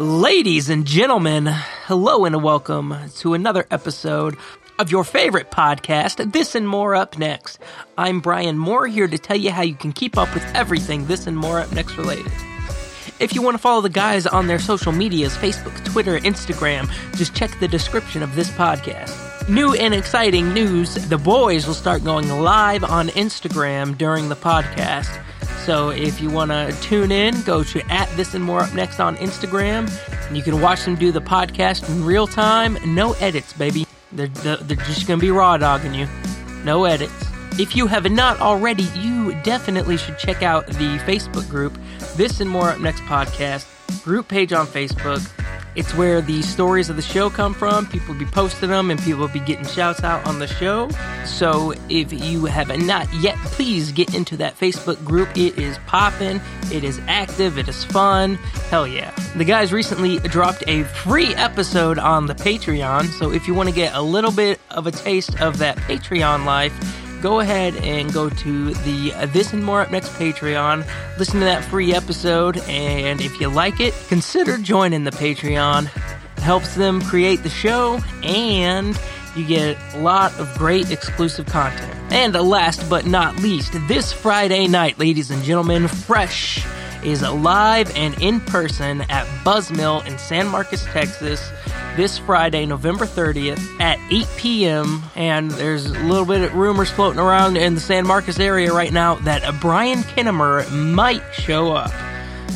Ladies and gentlemen, hello and welcome to another episode of your favorite podcast, This and More Up Next. I'm Brian Moore here to tell you how you can keep up with everything This and More Up Next related. If you want to follow the guys on their social medias Facebook, Twitter, Instagram just check the description of this podcast. New and exciting news the boys will start going live on Instagram during the podcast. So if you want to tune in, go to at this and more up next on Instagram. And you can watch them do the podcast in real time. No edits, baby. They're, they're they're just going to be raw dogging you. No edits. If you have not already, you definitely should check out the Facebook group, This and More Up Next Podcast, group page on Facebook. It's where the stories of the show come from. People will be posting them and people will be getting shouts out on the show. So if you have not yet, please get into that Facebook group. It is popping, it is active, it is fun. Hell yeah. The guys recently dropped a free episode on the Patreon. So if you want to get a little bit of a taste of that Patreon life, go ahead and go to the uh, This and More Up Next Patreon. Listen to that free episode, and if you like it, consider joining the Patreon. It helps them create the show, and you get a lot of great exclusive content. And uh, last but not least, this Friday night, ladies and gentlemen, Fresh is live and in person at Buzzmill in San Marcos, Texas, this Friday, November 30th at 8 p.m. And there's a little bit of rumors floating around in the San Marcos area right now that uh, Brian Kinnemer might show up.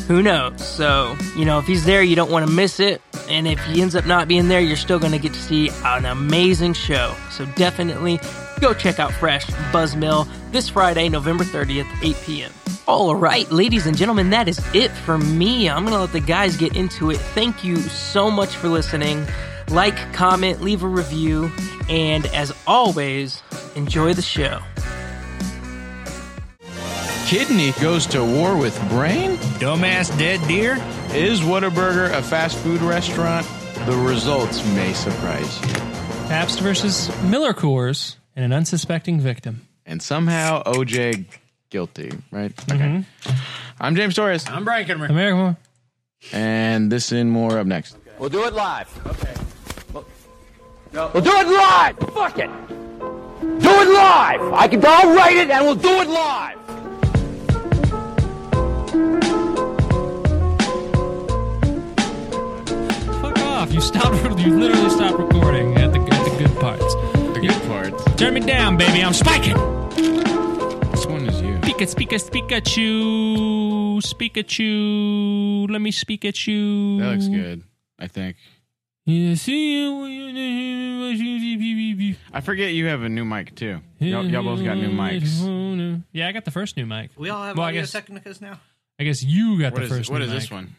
Who knows? So, you know, if he's there, you don't want to miss it. And if he ends up not being there, you're still going to get to see an amazing show. So definitely go check out Fresh Buzzmill this Friday, November 30th, 8 p.m. All right, ladies and gentlemen, that is it for me. I'm going to let the guys get into it. Thank you so much for listening. Like, comment, leave a review, and as always, enjoy the show. Kidney goes to war with brain? Dumbass dead deer? Is Whataburger a fast food restaurant? The results may surprise you. Pabst versus Miller Coors and an unsuspecting victim. And somehow OJ guilty, right? Okay. Mm-hmm. I'm James Torres, I'm Brian Kinnemer. American and this and more up next. We'll do it live. Okay. We'll do it live. Fuck it. Do it live. I can. I'll write it, and we'll do it live. Fuck off! You stopped. You literally stopped recording at the at the good parts. The good part. Turn me down, baby. I'm spiking. This one is you. Speak it, speak it, speak at you, speak at you. Let me speak at you. That looks good, I think. Yeah, see you when you- I forget you have a new mic too. Y'all, y'all both got new mics. Yeah, I got the first new mic. We all have Well, I Audio guess- Technicas now. I guess you got What the is, first. what new is mic. this one?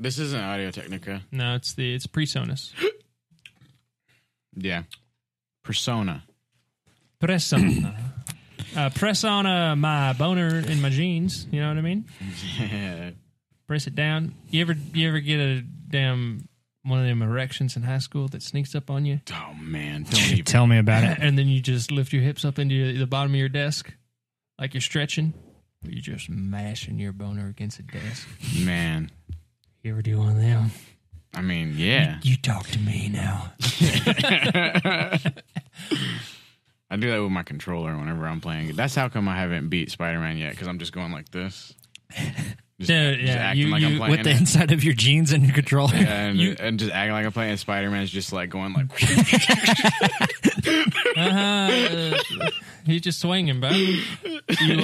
This isn't Audio Technica. No, it's the it's PreSonus. Yeah. Persona. Pressona. uh, press on uh, my boner in my jeans. You know what I mean? Yeah. Press it down. You ever you ever get a damn one of them erections in high school that sneaks up on you, Oh man, don't even. Tell me about it. and then you just lift your hips up into your, the bottom of your desk, like you're stretching, but you're just mashing your boner against the desk. Man, You ever do one of them? I mean, yeah. You talk to me now. I do that with my controller whenever I'm playing. That's how come I haven't beat Spider Man yet because I'm just going like this. Just, Dude, just yeah, acting you- like I'm you- playing With the it. inside of your jeans and your controller. and, and just acting like I'm playing Spider Man is just like going like Uh-huh. Uh, he's just swinging, bro. You,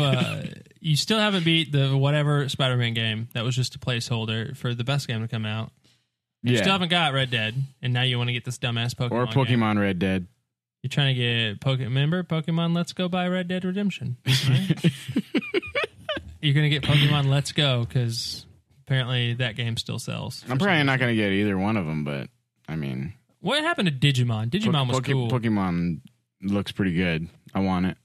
uh, you still haven't beat the whatever Spider-Man game that was just a placeholder for the best game to come out. You still yeah. haven't got Red Dead, and now you want to get this dumbass Pokemon. Or game. Pokemon Red Dead. You're trying to get Pokemon. Remember Pokemon Let's Go by Red Dead Redemption. right? You're gonna get Pokemon Let's Go because apparently that game still sells. I'm probably not gonna get either one of them, but I mean, What happened to Digimon? Po- Digimon was Poke- cool. Pokemon looks pretty good. I want it.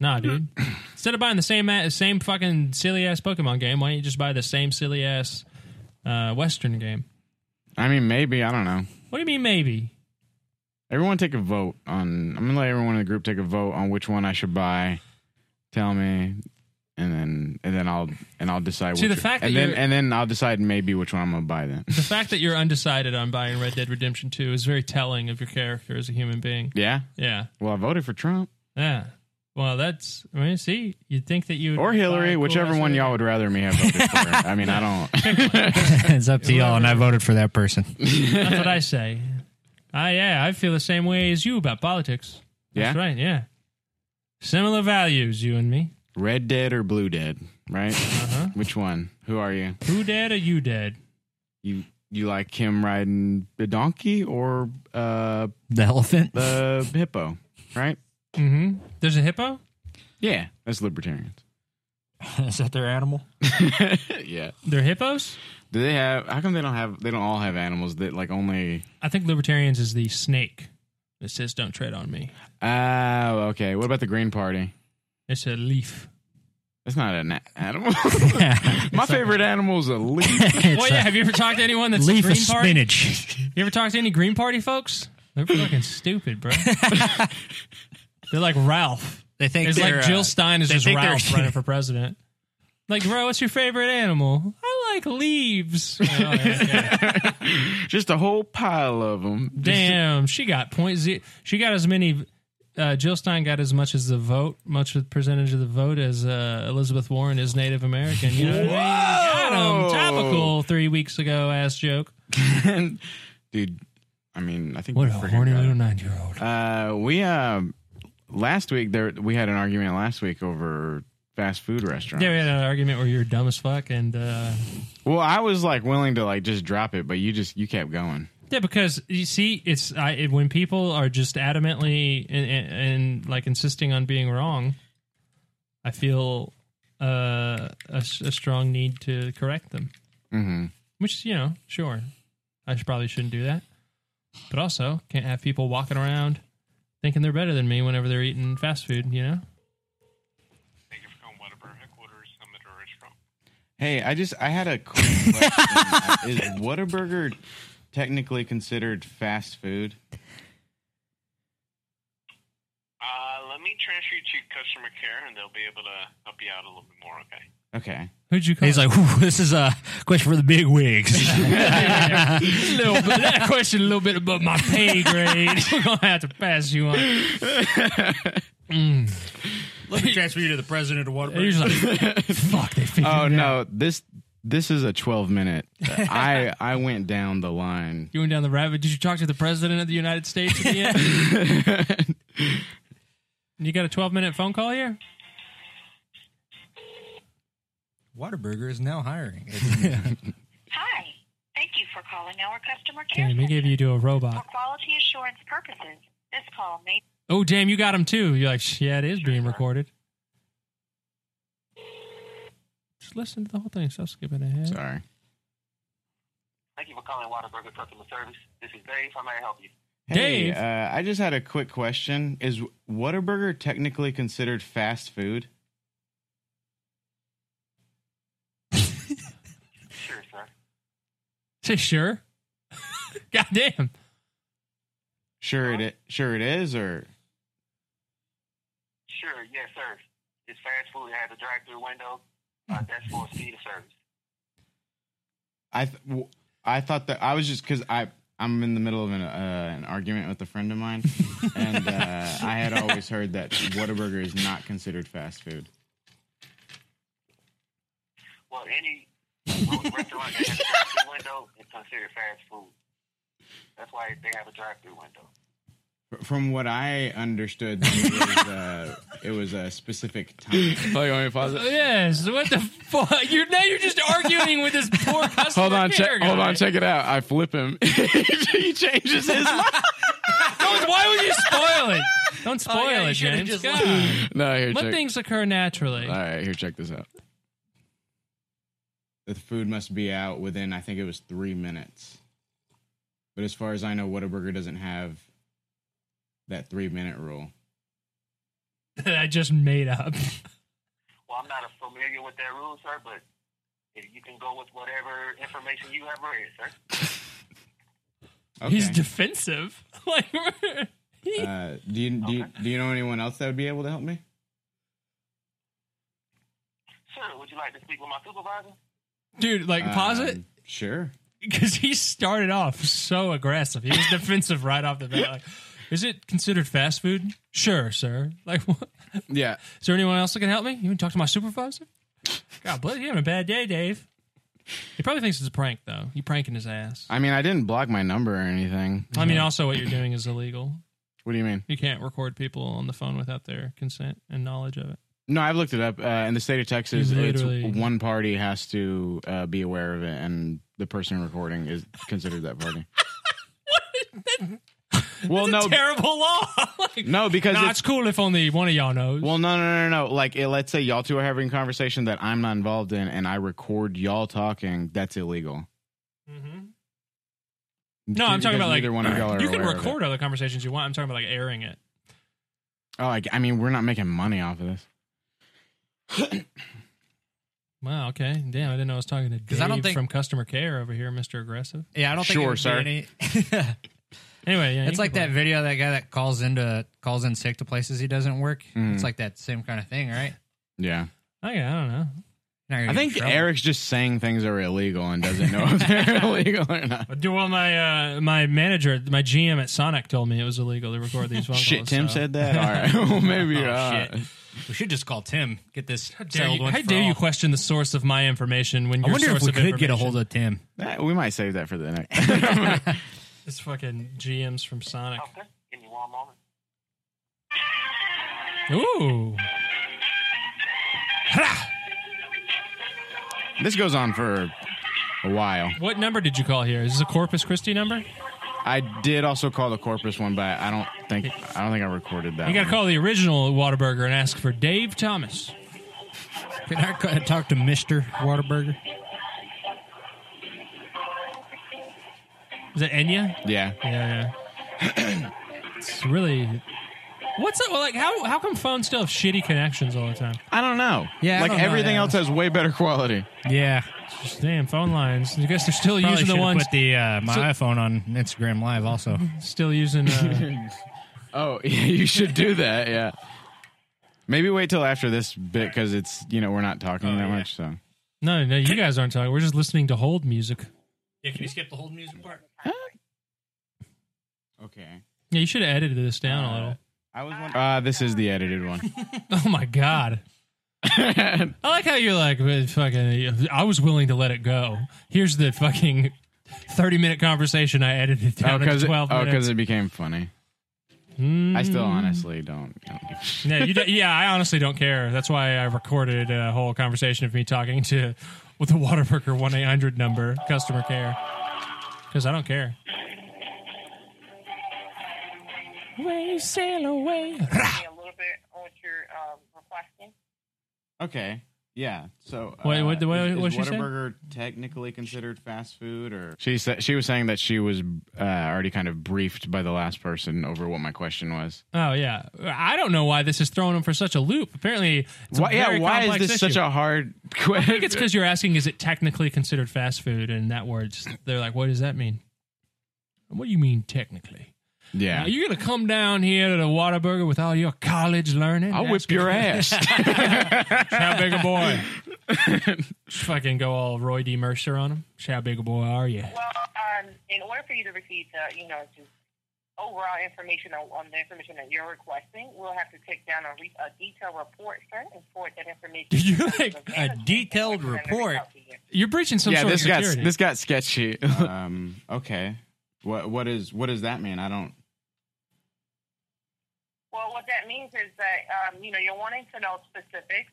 Nah, dude. Instead of buying the same a- same fucking silly ass Pokemon game, why don't you just buy the same silly ass uh, Western game? I mean, maybe I don't know. What do you mean maybe? Everyone take a vote on. I'm gonna let everyone in the group take a vote on which one I should buy. Tell me and then and then I'll and I'll decide. See, which the fact and that then you're- and then I'll decide maybe which one I'm gonna buy then. The fact that you're undecided on buying Red Dead Redemption 2 is very telling of your character as a human being. yeah. Yeah. Well, I voted for Trump Yeah. Well, that's, I mean, see, you'd think that you would. or buy a Hillary, cool whichever ass one red- y'all would rather me have voted for. I mean, I don't. it's up to y'all, and I voted for that person. That's what I say. I, yeah, I feel the same way as you about politics. That's Yeah? right. Yeah. Similar values, you and me. Red Dead or Blue Dead, right? Uh-huh. Which one? Who are you? Who dead or you dead? You you like him riding the donkey or uh The elephant. the hippo, right? Mm hmm. There's a hippo? Yeah, that's libertarians. Is that their animal? yeah. They're hippos? Do they have? How come they don't have? They don't all have animals that like only. I think libertarians is the snake. It says, don't tread on me. Oh, okay. What about the Green Party? It's a leaf. That's not an a- animal. Yeah. My favorite animal is a leaf. It's well, yeah. Have you ever talked to anyone a that's leaf Green of Party? spinach. You ever talk to any Green Party folks? They're fucking stupid, bro. they're like Ralph. They think uh, It's like Jill Stein is they just think they're- Ralph running for president. Like, bro, what's your favorite animal? I like leaves. Oh, yeah, yeah. Just a whole pile of them. Damn, she got point zero. She got as many. Uh, Jill Stein got as much as the vote, much of the percentage of the vote as uh, Elizabeth Warren is Native American. You know what I mean? Got 'em. Oh, Topical three weeks ago ass joke. dude. I mean, I think What we a freaking horny got little it. nine year old. Uh, we uh, last week there we had an argument last week over fast food restaurants. Yeah, we had an argument where you were dumb as fuck, and uh, Well, I was like willing to like just drop it, but you just you kept going. yeah, because you see, it's I, it, when people are just adamantly and, and, and like insisting on being wrong, I feel uh, a, s- a strong need to correct them. Mm-hmm. Mhm. Which you know, sure, I should, probably shouldn't do that, but also can't have people walking around thinking they're better than me whenever they're eating fast food. You know, Thank you for calling Whataburger headquarters. I'm at Rich from. Hey, I just I had a quick question. Is Whataburger technically considered fast food? Uh, let me transfer you to customer care, and they'll be able to help you out a little bit more. Okay. Okay. who'd you call? He's like, "Ooh, this is a question for the big wigs. little bit, that question a little bit above my pay grade. We're gonna have to pass you on. Mm. Let me transfer you to the president of They're Waterbury. usually like, fuck, they figured Oh it out. no this this is a twelve minute. I I went down the line. You went down the rabbit. Did you talk to the president of the United States at the end? you got a 12 minute phone call here? Waterburger is now hiring. Hi. Thank you for calling our customer care. Damn, he gave center. you to a For robot. quality assurance purposes, this call may. Oh, damn, you got him too. You're like, "Shh, yeah, it is being recorded. Just listen to the whole thing. Stop skipping ahead. Sorry. Thank you for calling Whataburger customer service. This is Dave. How may I help you? Hey, Dave. uh, I just had a quick question. Is Whataburger technically considered fast food? Sure, sir. Say, sure. God damn. Sure it i- sure it is or Sure. Yes, sir. It's fast food. It has a drive-through window. Uh, that's for speed of service. I th- w- I thought that I was just because I I'm in the middle of an uh, an argument with a friend of mine, and uh, I had always heard that Whataburger is not considered fast food. Well, any restaurant that has a drive-through window is considered fast food. That's why they have a drive-through window. Fr- From what I understood, it was, uh, it was a specific time. Yes. What the fuck? You're now you're just arguing with this poor customer. care guy. check it out. I flip him. he changes his mind. Don't- Oh, Why would you spoil it? Don't spoil Oh, yeah, you it, should've James. just God. No, here, Let things occur naturally. right, here, check this out. The food must be out within, I think it was three minutes. But as far as I know, Whataburger doesn't have that three minute rule. that I just made up. Well, I'm not familiar with that rule, sir, but if you can go with whatever information you have read, sir. Okay. He's defensive. Like uh, do you do you, do you know anyone else that would be able to help me? Sure. Would you like to speak with my supervisor? Dude, like, pause it. Um, Sure. because he started off so aggressive. He was defensive right off the bat. Like, is it considered fast food? Sure, sir. Like, what? is Yeah. there anyone else that can help me? You can talk to my supervisor. God bless you. Having a bad day, Dave. He probably thinks it's a prank, though. You pranking his ass. I mean, I didn't block my number or anything. I mean, also what you're doing is illegal. What do you mean? You can't record people on the phone without their consent and knowledge of it. No, I've looked it up. Uh, in the state of Texas, You it's literally- one party has to uh, be aware of it, and the person recording is considered that party. well, no, Terrible law. like, no, because nah, it's it's cool if only one of y'all knows. Well, no, no, no, no. Like, it, let's say y'all two are having a conversation that I'm not involved in, and I record y'all talking. That's illegal. Mm-hmm. no, I'm talking Because about like neither one of y'all are you can aware of record other conversations you want. I'm talking about like airing it. it. Oh, like, I mean, we're not making money off of this. Wow. Okay. Damn. I didn't know I was talking to Dave 'Cause I don't think- from customer care over here, Mister Aggressive. Yeah, I don't think Sure, it'd be sir. any- Anyway, yeah, it's you like can that video of that guy that calls into calls in sick to places he doesn't work. It's like that same kind of thing, right? Yeah. play- Okay, I don't know. You're not gonna I get in think trouble. Eric's just saying things are illegal and doesn't know if they're illegal or not. I do well. My uh, my manager, my GM at Sonic, told me it was illegal to record these phone Shit, calls. Tim so- said that? All right. Well, maybe. Oh, uh, shit. We should just call Tim. Get this How dare, settled you, once how for dare you all. question the source of my information when I your wonder if source we of could get a information- hold of Tim. that- we might save that for the next. It's fucking GMs from Sonic. Okay. Give me one moment. Ooh. this goes on for a while. What number did you call here? Is this a Corpus Christi number? I did also call the corpus one, but I don't think I don't think I recorded that. You got to one. call the original Whataburger and ask for Dave Thomas. Can I c- talk to Mister Waterburger? Is that Enya? Yeah. Yeah, yeah. it's really. What's up? Well, like, how how come phones still have shitty connections all the time? I don't know. Yeah, I Like don't know, everything yeah. else has way better quality. Yeah, It's just, damn, phone lines. I guess they're still probably using should the ones. put the uh, my So- iPhone on Instagram Live also. Still using. Uh, Oh, yeah, you should do that. Yeah. Maybe wait till after this bit because it's, you know, we're not talking Oh, that much. So, no, no, you guys aren't talking. We're just listening to hold music. yeah, can you skip the whole music part? okay. Yeah, you should have edited this down a little. I was wondering. Uh, this is the edited one. Oh my god. I like how you're like "Well, fucking. I was willing to let it go. Here's the fucking thirty minute conversation I edited oh, down to because it, twelve oh, 'cause minutes. Hmm. it became funny. I still honestly don't. don't give a shit. No, you don't- yeah, I honestly don't care. That's why I recorded a whole conversation of me talking to with the Waterburger one eight hundred number customer care because I don't care. We sail away. a little bit on what you're um, requesting. Okay. Yeah. So, uh, Wait, what- what- is, what is she said? Whataburger technically considered fast food, or she said she was saying that she was uh, already kind of briefed by the last person over what my question was. Oh yeah, I don't know why this is throwing them for such a loop. Apparently, it's a Why, yeah. very Why is complex this issue. such a hard question? I think it's because you're asking, is it technically considered fast food? And that word, they're like, what does that mean? What do you mean technically? yeah. Are you gonna come down here to the Whataburger with all your college learning? I'll Ask whip your ass. How big a boy? Just fucking go all Roy D. Mercer on him. Just How big a boy are you? Well, um, in order for you to receive the, you know, just overall information on, on the information that you're requesting, we'll have to take down a, re- a detailed report, sir, and forward that information. You to the like a management detailed and we'll send a report? reach out to you. You're breaching some yeah, sort this of got security. this got sketchy. um, okay, what what is what does that mean? I don't. Well, what that means is that, um, you know, you're wanting to know specifics.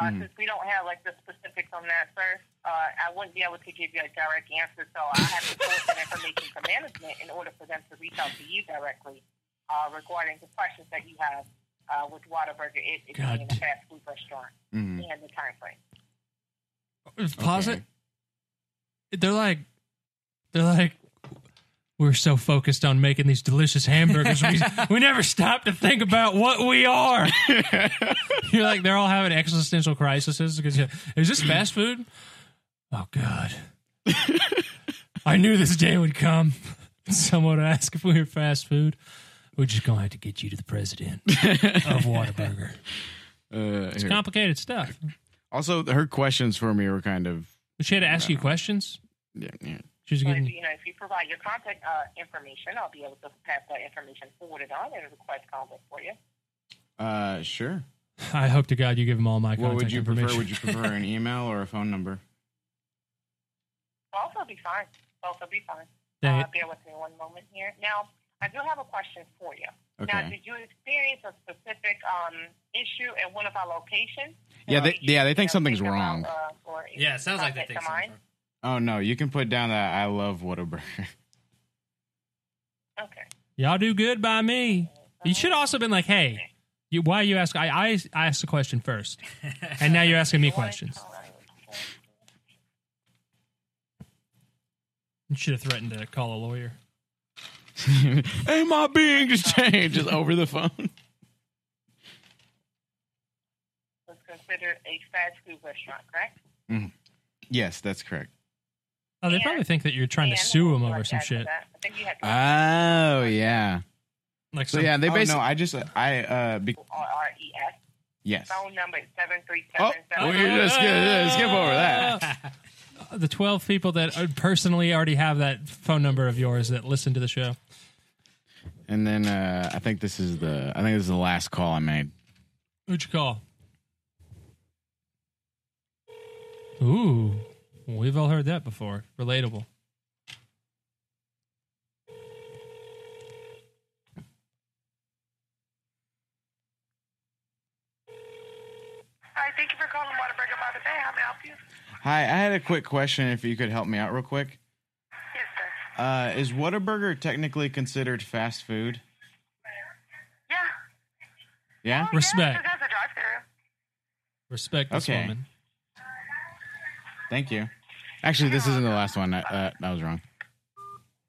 Uh, Since we don't have, like, the specifics on that, sir, uh, I wouldn't be able to give you a direct answer, so I have to forward that information to management in order for them to reach out to you directly uh, regarding the questions that you have uh, with Whataburger, it, it God. being a fast food restaurant and the time frame. Pause Okay. it. Mm, They're like, they're like, we're so focused on making these delicious hamburgers, we, we never stop to think about what we are. you're like, they're all having existential crises because you're- is this fast food? Oh God, I knew this day would come. Someone would ask if we were fast food. We're just gonna have to get you to the president of Whataburger. Uh, here. Complicated stuff. Also, her questions for me were kind of She had to ask you questions. yeah, yeah. She was But getting. you know, if you provide your contact uh, information, I'll be able to pass that information forwarded on and request contact for you. Uh, sure. I hope to God you give them all my What contact would you information. prefer? Would you prefer an email or a phone number? Both will be fine. Both will be fine. Dang Uh, it. bear with me one moment here. Now, I do have a question for you. Now, Okay. did you experience a specific um, issue at one of our locations? Yeah, they- Or you, yeah, they think you know, something's about, wrong. uh, or Yeah, it sounds like they something think to mind? something. Oh no, you can put down that I love Whataburger. Okay. Y'all do good by me. You should also been like, hey, you, why you ask? I, I I asked the question first, and now you're asking me questions. You should have threatened to call a lawyer. hey, my being changed just over the phone. Was considered a fast food restaurant, correct? Yes, that's correct. Oh, they Yeah. probably think that you're trying Yeah, to sue them I over like some that, shit. that. I think you had to Oh yeah. Like So some- yeah, they oh, no, basically. I just I uh be- R-R-E-S. yes. E Phone number is Oh, 737 we just skip, skip over that. the 12 people that are- personally already have that phone number of yours that listen to the show. And then uh I think this is the I think this is the last call I made. Who'd you call? Ooh, we've all heard that before. Relatable. Hi, thank you for calling Waterbreaker by the Bay. How may I help you? Hi, I had a quick question. If you could help me out real quick, Yes, sir. uh, is Whataburger technically considered fast food? Yeah. Yeah. Respect. Yeah, that's a drive-through. Respect this Okay. woman. Thank you. Actually, this isn't the last one. I, uh, I was wrong.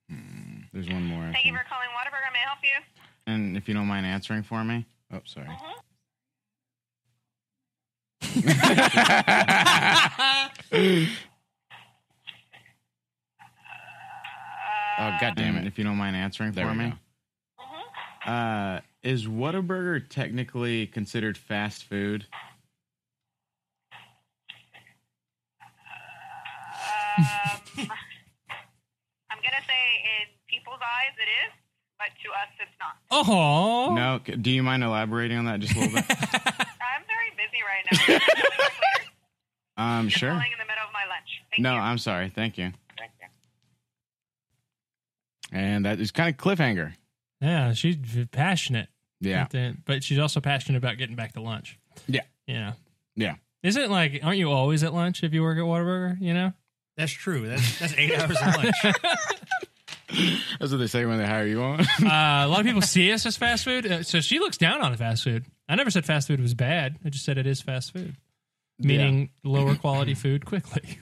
Hmm, There's one more. I Thank you think. for calling Waterburger. May I help you? And if you don't mind answering for me. Oh, sorry. Mm-hmm. oh god damn it! If you don't mind answering There for we me, Mm-hmm. uh, is Whataburger technically considered fast food? Um, I'm going to say in people's eyes it is, but to us it's not. Oh, No. c- Do you mind elaborating on that just a little bit? I'm very busy right now. Can I call you back later? Um, You're sure. calling in the middle of my lunch. Thank No, you. I'm sorry. Thank you. Thank you. And that is kind of cliffhanger. yeah, she's passionate. Yeah. Then- But she's also passionate about getting back to lunch. Yeah. Yeah. Yeah. Isn't it like, aren't you always at lunch if you work at Whataburger? You know? That's true. That's that's eight hours of lunch. That's what they say when they hire you on. Uh, a lot of people see us as fast food. Uh, so she looks down on fast food. I never said fast food was bad. I just said it is fast food, meaning lower quality food quickly.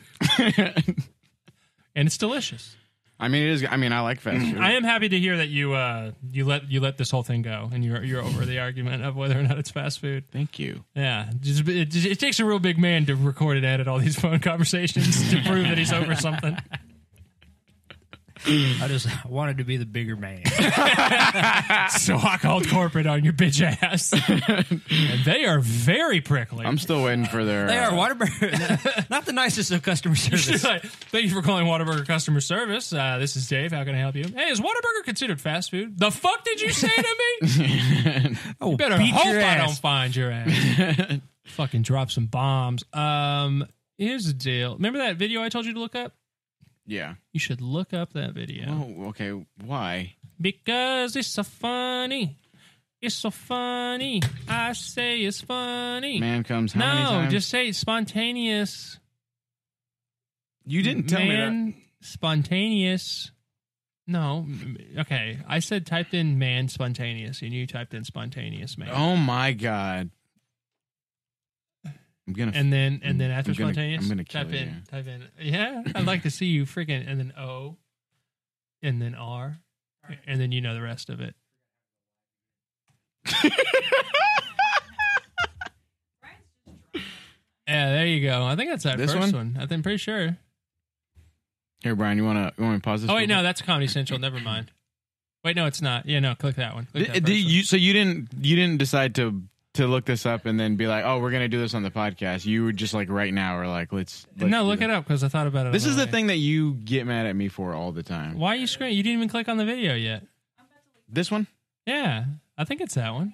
and it's delicious. I mean, it is. I mean, I like fast food. I am happy to hear that you uh, you let you let this whole thing go, and you're you're over the argument of whether or not it's fast food. Thank you. Yeah, just, it, just- it takes a real big man to record and edit all these phone conversations to prove that he's over something. I just wanted to be the bigger man. So I called corporate on your bitch ass, and they are very prickly. I'm still waiting for their. They are uh, Waterburger. Not the nicest of customer service. Like, Thank you for calling Whataburger customer service. Uh, this is Dave. How can I help you? Hey, is Whataburger considered fast food? The fuck did you say to me? Oh, you better beat hope your I ass. don't find your ass. Fucking drop some bombs. Um, here's the deal. Remember that video I told you to look up? Yeah. You should look up that video Oh, okay. Why? because it's so funny. It's so funny. I say it's funny. Man comes how many no, times? just say it's spontaneous. you didn't tell man, me spontaneous. No, m- okay. I said typed in man spontaneous, and you typed in spontaneous man. that. Oh my god. I'm gonna. And then and then I'm after gonna- spontaneous, I'm gonna kill type in you. type in yeah. I'd like to see you freaking and then O, and then R, and then you know the rest of it. yeah, there you go. I think that's that This first one? one. I think I'm pretty sure. Here, Brian. You wanna you want me to pause this? Oh wait, real no, that's Comedy Central. Never mind. Wait, no, it's not. Yeah, no, click that one. Click quick? that Did- did first one. you, so you didn't you didn't decide to to look this up and then be like, oh, we're gonna do this on the podcast. You were just like right now, are like, let's, let's no, do look this. it up because I thought about it. This on is the way. thing that you get mad at me for all the time. Why are you screwing? You didn't even click on the video yet. This one? Yeah, I think it's that one.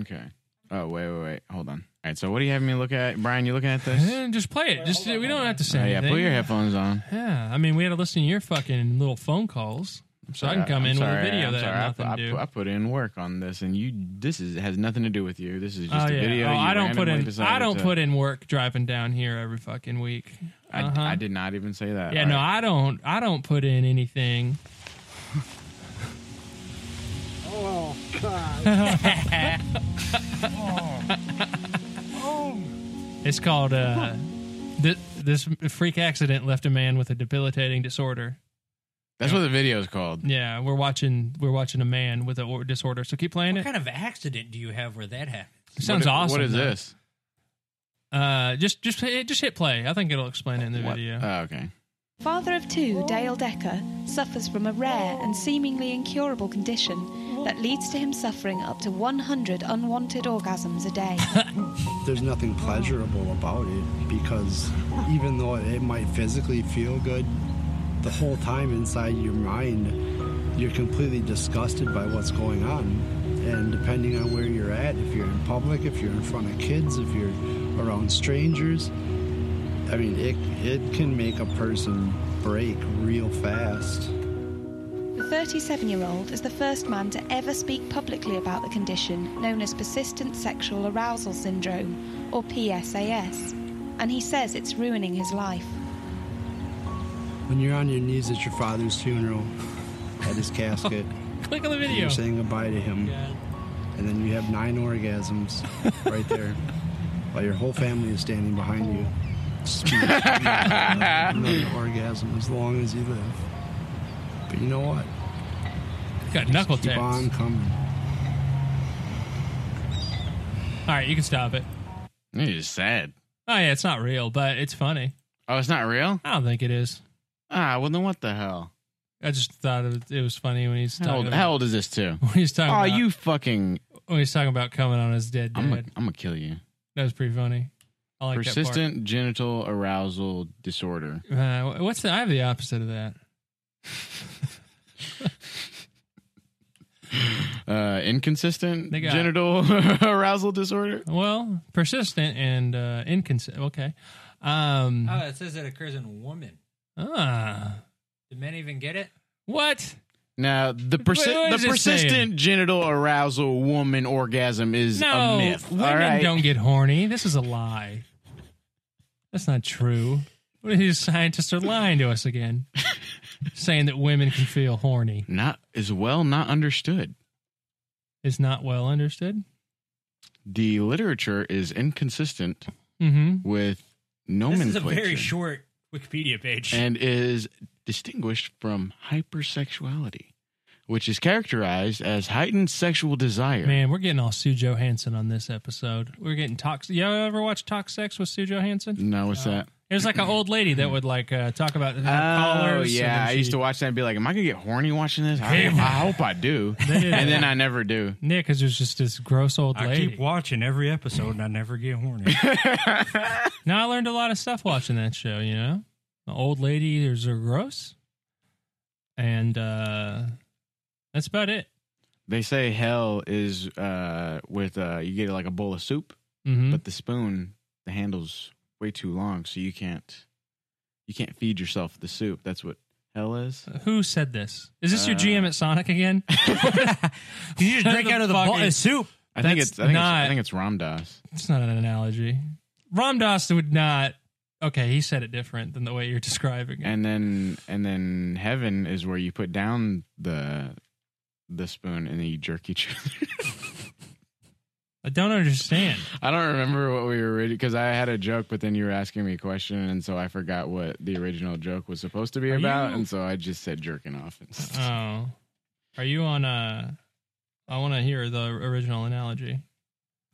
Okay. Oh wait, wait, wait. Hold on. All right. So what do you have me look at, Brian? You looking at this? Eh, Just play it. Just we don't have to say Oh, yeah. anything. Put your headphones on. Yeah, I mean, we had to listen to your fucking little phone calls, so I can come I'm in sorry, with a video I'm that sorry. had nothing I, I, to do. I put in work on this, and you. This is has nothing to do with you. This is oh just a yeah, video. oh, you I don't put randomly in. decided I don't to- put in work driving down here every fucking week. I, Uh-huh. I did not even say that. Yeah, All no, right. I don't. I don't put in anything. oh God! It's called uh, th- this freak accident left a man with a debilitating disorder. That's what the video is called. Yeah, we're watching. We're watching a man with a or- disorder. So keep playing What it. kind of accident do you have where that happened? It sounds What- awesome. What is though. this? Uh, just just hit- just hit play. I think it'll explain it in the What- video. Oh, okay. Father of two, Dale Decker, suffers from a rare and seemingly incurable condition that leads to him suffering up to 100 unwanted orgasms a day. there's nothing pleasurable about it because even though it might physically feel good, the whole time inside your mind, you're completely disgusted by what's going on. And depending on where you're at, if you're in public, if you're in front of kids, if you're around strangers, I mean, it, it can make a person break real fast. The 37 year old is the first man to ever speak publicly about the condition known as persistent sexual arousal syndrome, or PSAS, and he says it's ruining his life. When you're on your knees at your father's funeral, at his casket, Click on the video. you're saying goodbye to him. and then you have nine orgasms right there while your whole family is standing behind you. Just be- Another orgasm as long as you live. But you know what? Got knuckle Keep taps. on coming. All right, you can stop it. This is sad. Oh yeah, it's not real, but it's funny. Oh, it's not real. I don't think it is. Ah, well then what the hell? I just thought it was, it was funny when he's talking. How old, about, how old is this too? When he's talking. Oh, about, you fucking! When he's talking about coming on his dead dad. I'm gonna I'm gonna kill you. that was pretty funny. I like Persistent genital arousal disorder. That part. Uh, what's the? I have the opposite of that. Uh, inconsistent They got- genital arousal disorder. Well, persistent and uh, inconsistent. Okay. Um. Oh, it says it occurs in women. ah. Do men even get it? what? Now, the, persi- Wait, what is the it persistent saying? genital arousal woman orgasm is No, a myth. women all right? don't get horny. This is a lie. That's not true. These scientists are lying to us again, saying that women can feel horny. Not as well, not understood. It's not well understood. The literature is inconsistent Mm-hmm. with This nomenclature is a very short Wikipedia page. and is distinguished from hypersexuality, which is characterized as heightened sexual desire. Man, we're getting all Sue Johansson on this episode. We're getting talk. Y'all ever watch Talk Sex with Sue Johansson? No, what's that? It was like an old lady that would like uh, talk about how Oh callers. and yeah, then I used she- to watch that and be like, "Am I gonna get horny watching this?" I, I hope I do, and then I never do. Yeah, because it was just this gross old I lady. keep watching every episode and I never get horny. Now I learned a lot of stuff watching that show. You know, the old lady is are gross, and uh that's about it. They say hell is uh, with uh, you get like a bowl of soup, hmm but the spoon, the handle's way too long, so you can't you can't feed yourself the soup. That's what hell is. Who said this? Is this your GM Uh. at Sonic again? you just drink out of the Fucking- bowl of soup. I think That's it's I think not- it's I think it's Ram Dass. It's not an analogy. Ram Dass would not. Okay, he said it different than the way you're describing it. And then and then heaven is where you put down the the spoon and then you jerk each other. I don't understand. I don't remember what we were reading because I had a joke, but then you were asking me a question, and so I forgot what the original joke was supposed to be Are about, you- and so I just said jerking off. instead. Oh, are you on a? I want to hear the original analogy.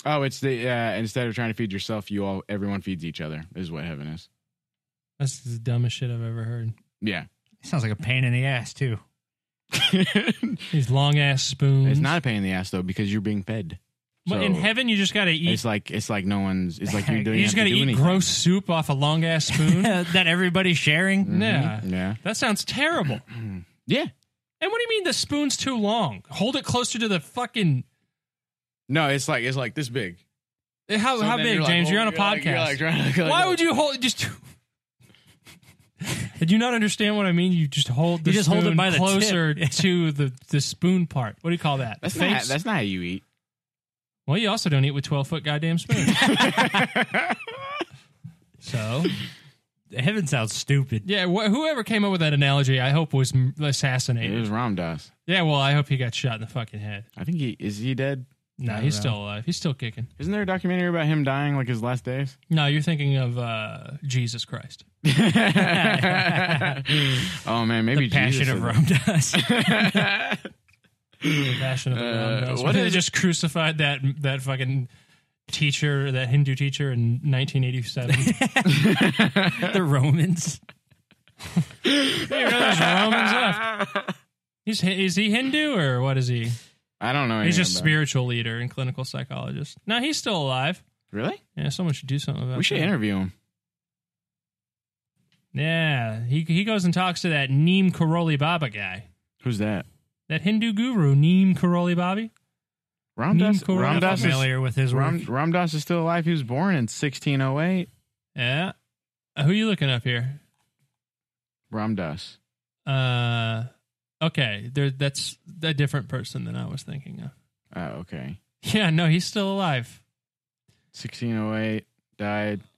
oh, it's the uh, instead of trying to feed yourself, you all everyone feeds each other is what heaven is. That's the dumbest shit I've ever heard. Yeah, Sounds like a pain in the ass too. it's These long ass spoons. not a pain in the ass though because you're being fed. But in So- heaven, you just got to eat. It's like it's like no one's. It's like you don't. You just got got to eat gross soup off a long ass spoon. that everybody's sharing. Yeah. Mm-hmm. Yeah. That sounds terrible. Yeah. And what do you mean the spoon's too long? Hold it closer to the fucking. No, it's like it's like this big. How, So how then big, you're like, James? oh, you're on a like- podcast. you're like trying to- like, Why oh. would you hold just? Did you not understand what I mean? You just hold the You just hold it spoon by the tip. closer to the, the spoon part. What do you call that? That's Face? not. That's not how you eat. well, you also don't eat with twelve foot goddamn spoons. so Heaven sounds stupid. yeah, wh- whoever came up with that analogy, I hope was m- It assassinated. was Ram Dass. Yeah, well, I hope he got shot in the fucking head. I think he is he dead. No, I he's don't know. still alive. He's still kicking. Isn't there a documentary about him dying like his last days? No, you're thinking of uh, Jesus Christ. oh man, maybe The passion Jesus of is- Rome does. Passion of the Ram Uh, Dass. what What they is- just crucified that that fucking teacher, that Hindu teacher in 1987? you the Romans. know, there's Romans left. He's Hi- is he Hindu or what is he? I uh, don't know. He's anything just about spiritual leader and clinical psychologist. No, he's still alive. it. Really? Yeah, someone should do something about. We should that. interview him. Yeah, he he goes and talks to that Neem Karoli Baba guy, Who's that? that Hindu guru Neem Karoli Baba. Ram Neem Dass. Kaur- Ram I'm Dass is familiar with his work. Ram, Ram Dass is still alive. He was born in 1608. Yeah, Uh, who you looking up here? Ram Dass. Uh, okay, there. That's a different person than I was thinking of. Oh, okay. Yeah, no, he's still alive. 1608 died.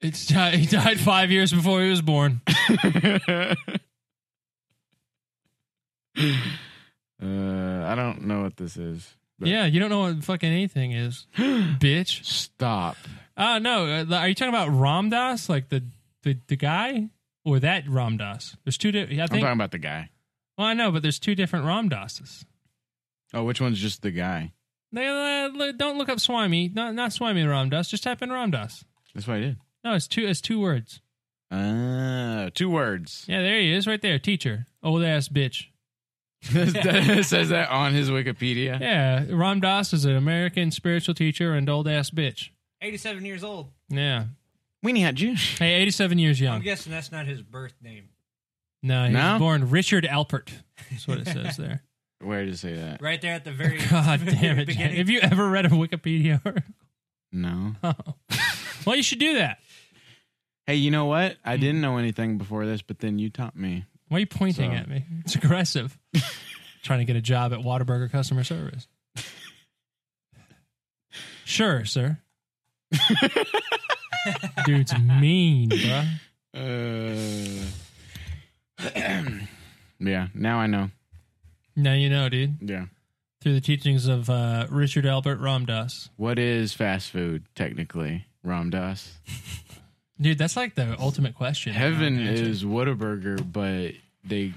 It's di- he died five years before he was born. uh, Uh, I don't know what this is. but- yeah, you don't know what fucking anything is, bitch. Stop. Oh no, uh, are you talking about Ram Dass, like the the, the guy, or that Ram Dass? There's two. Di- I I'm think. talking about the guy. well, I know, but there's two different Ram Dasses. Oh, which one's just the guy? They, uh, li- don't look up Swami, not not Swami Ram Dass. Just type in Ram Dass. That's what I did. No, it's two. It's two words. Uh, two words. Yeah, there he is, right there. Teacher, old ass bitch. it says that on his Wikipedia. Yeah, Ram Dass is an American spiritual teacher and old ass bitch. 87 years old. Yeah. Weenie had you. Hey, 87 years young. guessing that's not his birth name. No, he No? was born Richard Alpert. That's what it says there. Where did it say that? Right there at the very God damn it. Jack. Have you ever read a Wikipedia article? No. Well, you should do that. Hey, you know what? I didn't know anything before this, but then you taught me. Why are you pointing So- at me? It's aggressive. Trying to get a job at Whataburger customer service. Sure, sir. Dude's mean, bro. Uh, yeah, now I know. Now you know, dude. Yeah. Through the teachings of uh, Richard Albert Ramdas. What is fast food technically? Ram Dass. Dude, that's like the ultimate question. Heaven is Whataburger, but they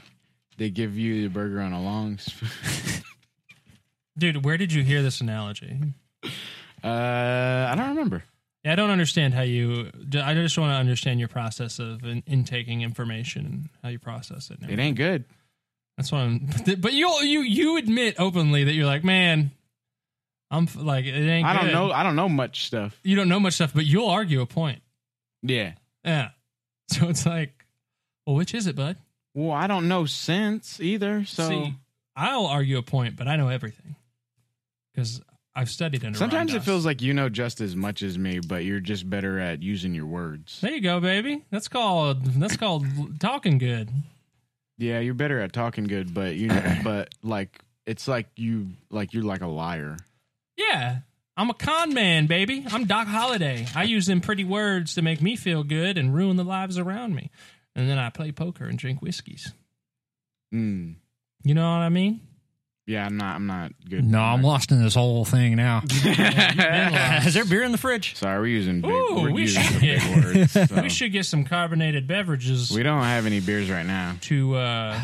they give you the burger on a long spoon. Dude, where did you hear this analogy? Uh, I don't remember. I don't understand how you. I just want to understand your process of in, intaking information and how you process it. and It ain't good. That's why I'm. But you you you admit openly that you're like, man, I'm f- like it ain't. I don't good." know. I don't know much stuff. You don't know much stuff, but you'll argue a point. Yeah. Yeah. So it's like, well, which is it, bud? Well, I don't know sense either. So See, I'll argue a point, but I know everything because I've studied under. sometimes it Ramdas. feels like you know just as much as me, but you're just better at using your words. There you go, baby. That's called that's called talking good. Yeah, you're better at talking good, but you know, but like it's like you like you're like a liar. Yeah. I'm a con man, baby. I'm Doc Holliday. I use them pretty words to make me feel good and ruin the lives around me. And then I play poker and drink whiskeys. Mm. You know what I mean? Yeah, I'm not. I'm not good. No, I'm lost in this whole thing now. Is there beer in the fridge? Sorry, we're using big, Ooh, we're we using should- some big words. so. We should get some carbonated beverages We don't have any beers right now. to uh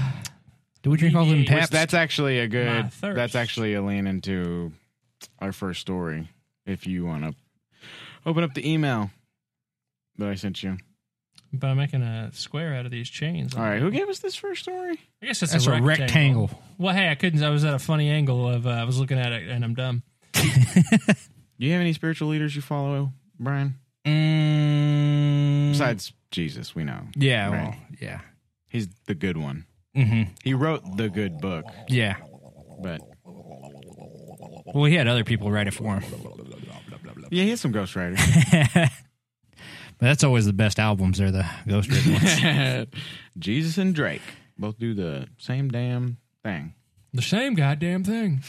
Do we drink all them Which taps? That's actually a My good. thirst. That's actually a lean into our first story. If you want to open up the email that I sent you. by making a square out of these chains. All right, who gave us this first story? I guess that's, That's a a rectangle. rectangle. Well, hey, I couldn't I was at a funny angle of uh, I was looking at it and I'm dumb. Do you have any spiritual leaders you follow, Brian? Mm, Besides Jesus, we know yeah, Right. well, yeah, he's the good one. hmm He wrote the good book, yeah. but Well, he had other people write it for him. yeah, he has some ghostwriters. But that's always the best albums. They're the ghost written ones. Jesus and Drake both do the same damn thing. The same goddamn thing.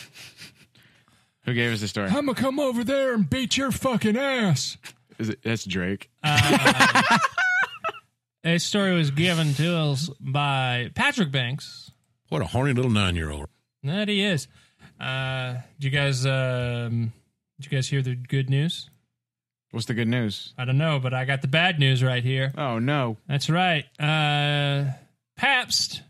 Who gave us the story? I'm gonna come over there and beat your fucking ass. Is it, that's Drake. A story was given to us by Patrick Banks. What a horny little nine year old. That he is. Uh, do you guys um, did you guys hear the good news? What's the good news? I don't know, but I got the bad news right here. Oh no! That's right. Uh, Pabst.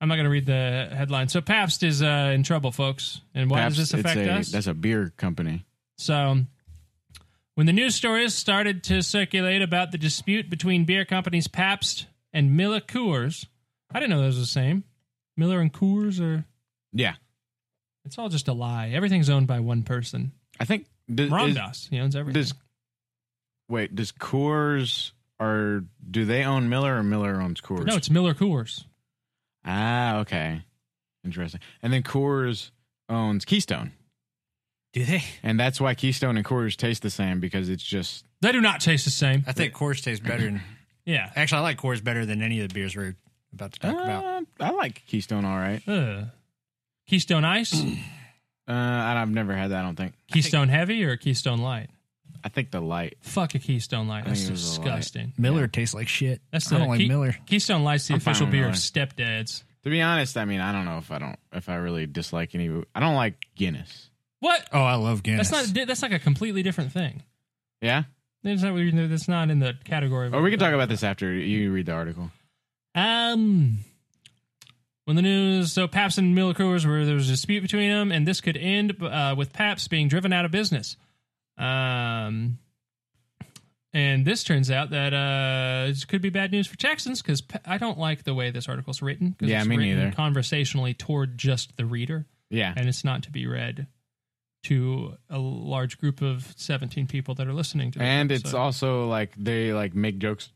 I'm not going to read the headline. So Pabst is uh, in trouble, folks. And why does Pabst, this affect it's a, us? That's a beer company. So, when the news stories started to circulate about the dispute between beer companies Pabst and Miller Coors, I didn't know those were the same. Miller and Coors are. Yeah, It's all just a lie. Everything's owned by one person. I think. Does, Ram is- Dass. He owns everything. does wait? Does Coors or do they own Miller or Miller owns Coors? no, it's Miller Coors. ah okay, interesting. And then Coors owns Keystone, Do they? and that's why Keystone and Coors taste the same because it's just They do not taste the same. I think Coors tastes better. Than, Yeah. actually, I like Coors better than any of the beers we're about to talk about. Uh, I like Keystone all right. Ugh. Keystone Ice, Uh, and I've never had that. I don't think. Keystone Heavy, or Keystone Light? I think the light. Fuck a Keystone Light. think That's it was a light. disgusting. Miller tastes like shit. That's the, I don't like Ke- Miller. Keystone Light's the I'm fine official with beer Miller. of stepdads. To be honest, I mean, I don't know if I don't if I really dislike any. I don't like Guinness. What? Oh, I love Guinness. That's not. di- That's like a completely different thing. Yeah. That's not. weird, That's not in the category. Of Or we can talk about this after you read the article. Um. When the news, so Pabst and Miller Coors, where there was a dispute between them, and this could end uh, with Pabst being driven out of business. Um, and this turns out that uh, this could be bad news for Texans because I don't like the way this article's written. 'cause Yeah, it's me written neither. Conversationally toward just the reader, Yeah. and it's not to be read to a large group of seventeen people that are listening to. this And it's episode. also like they like make jokes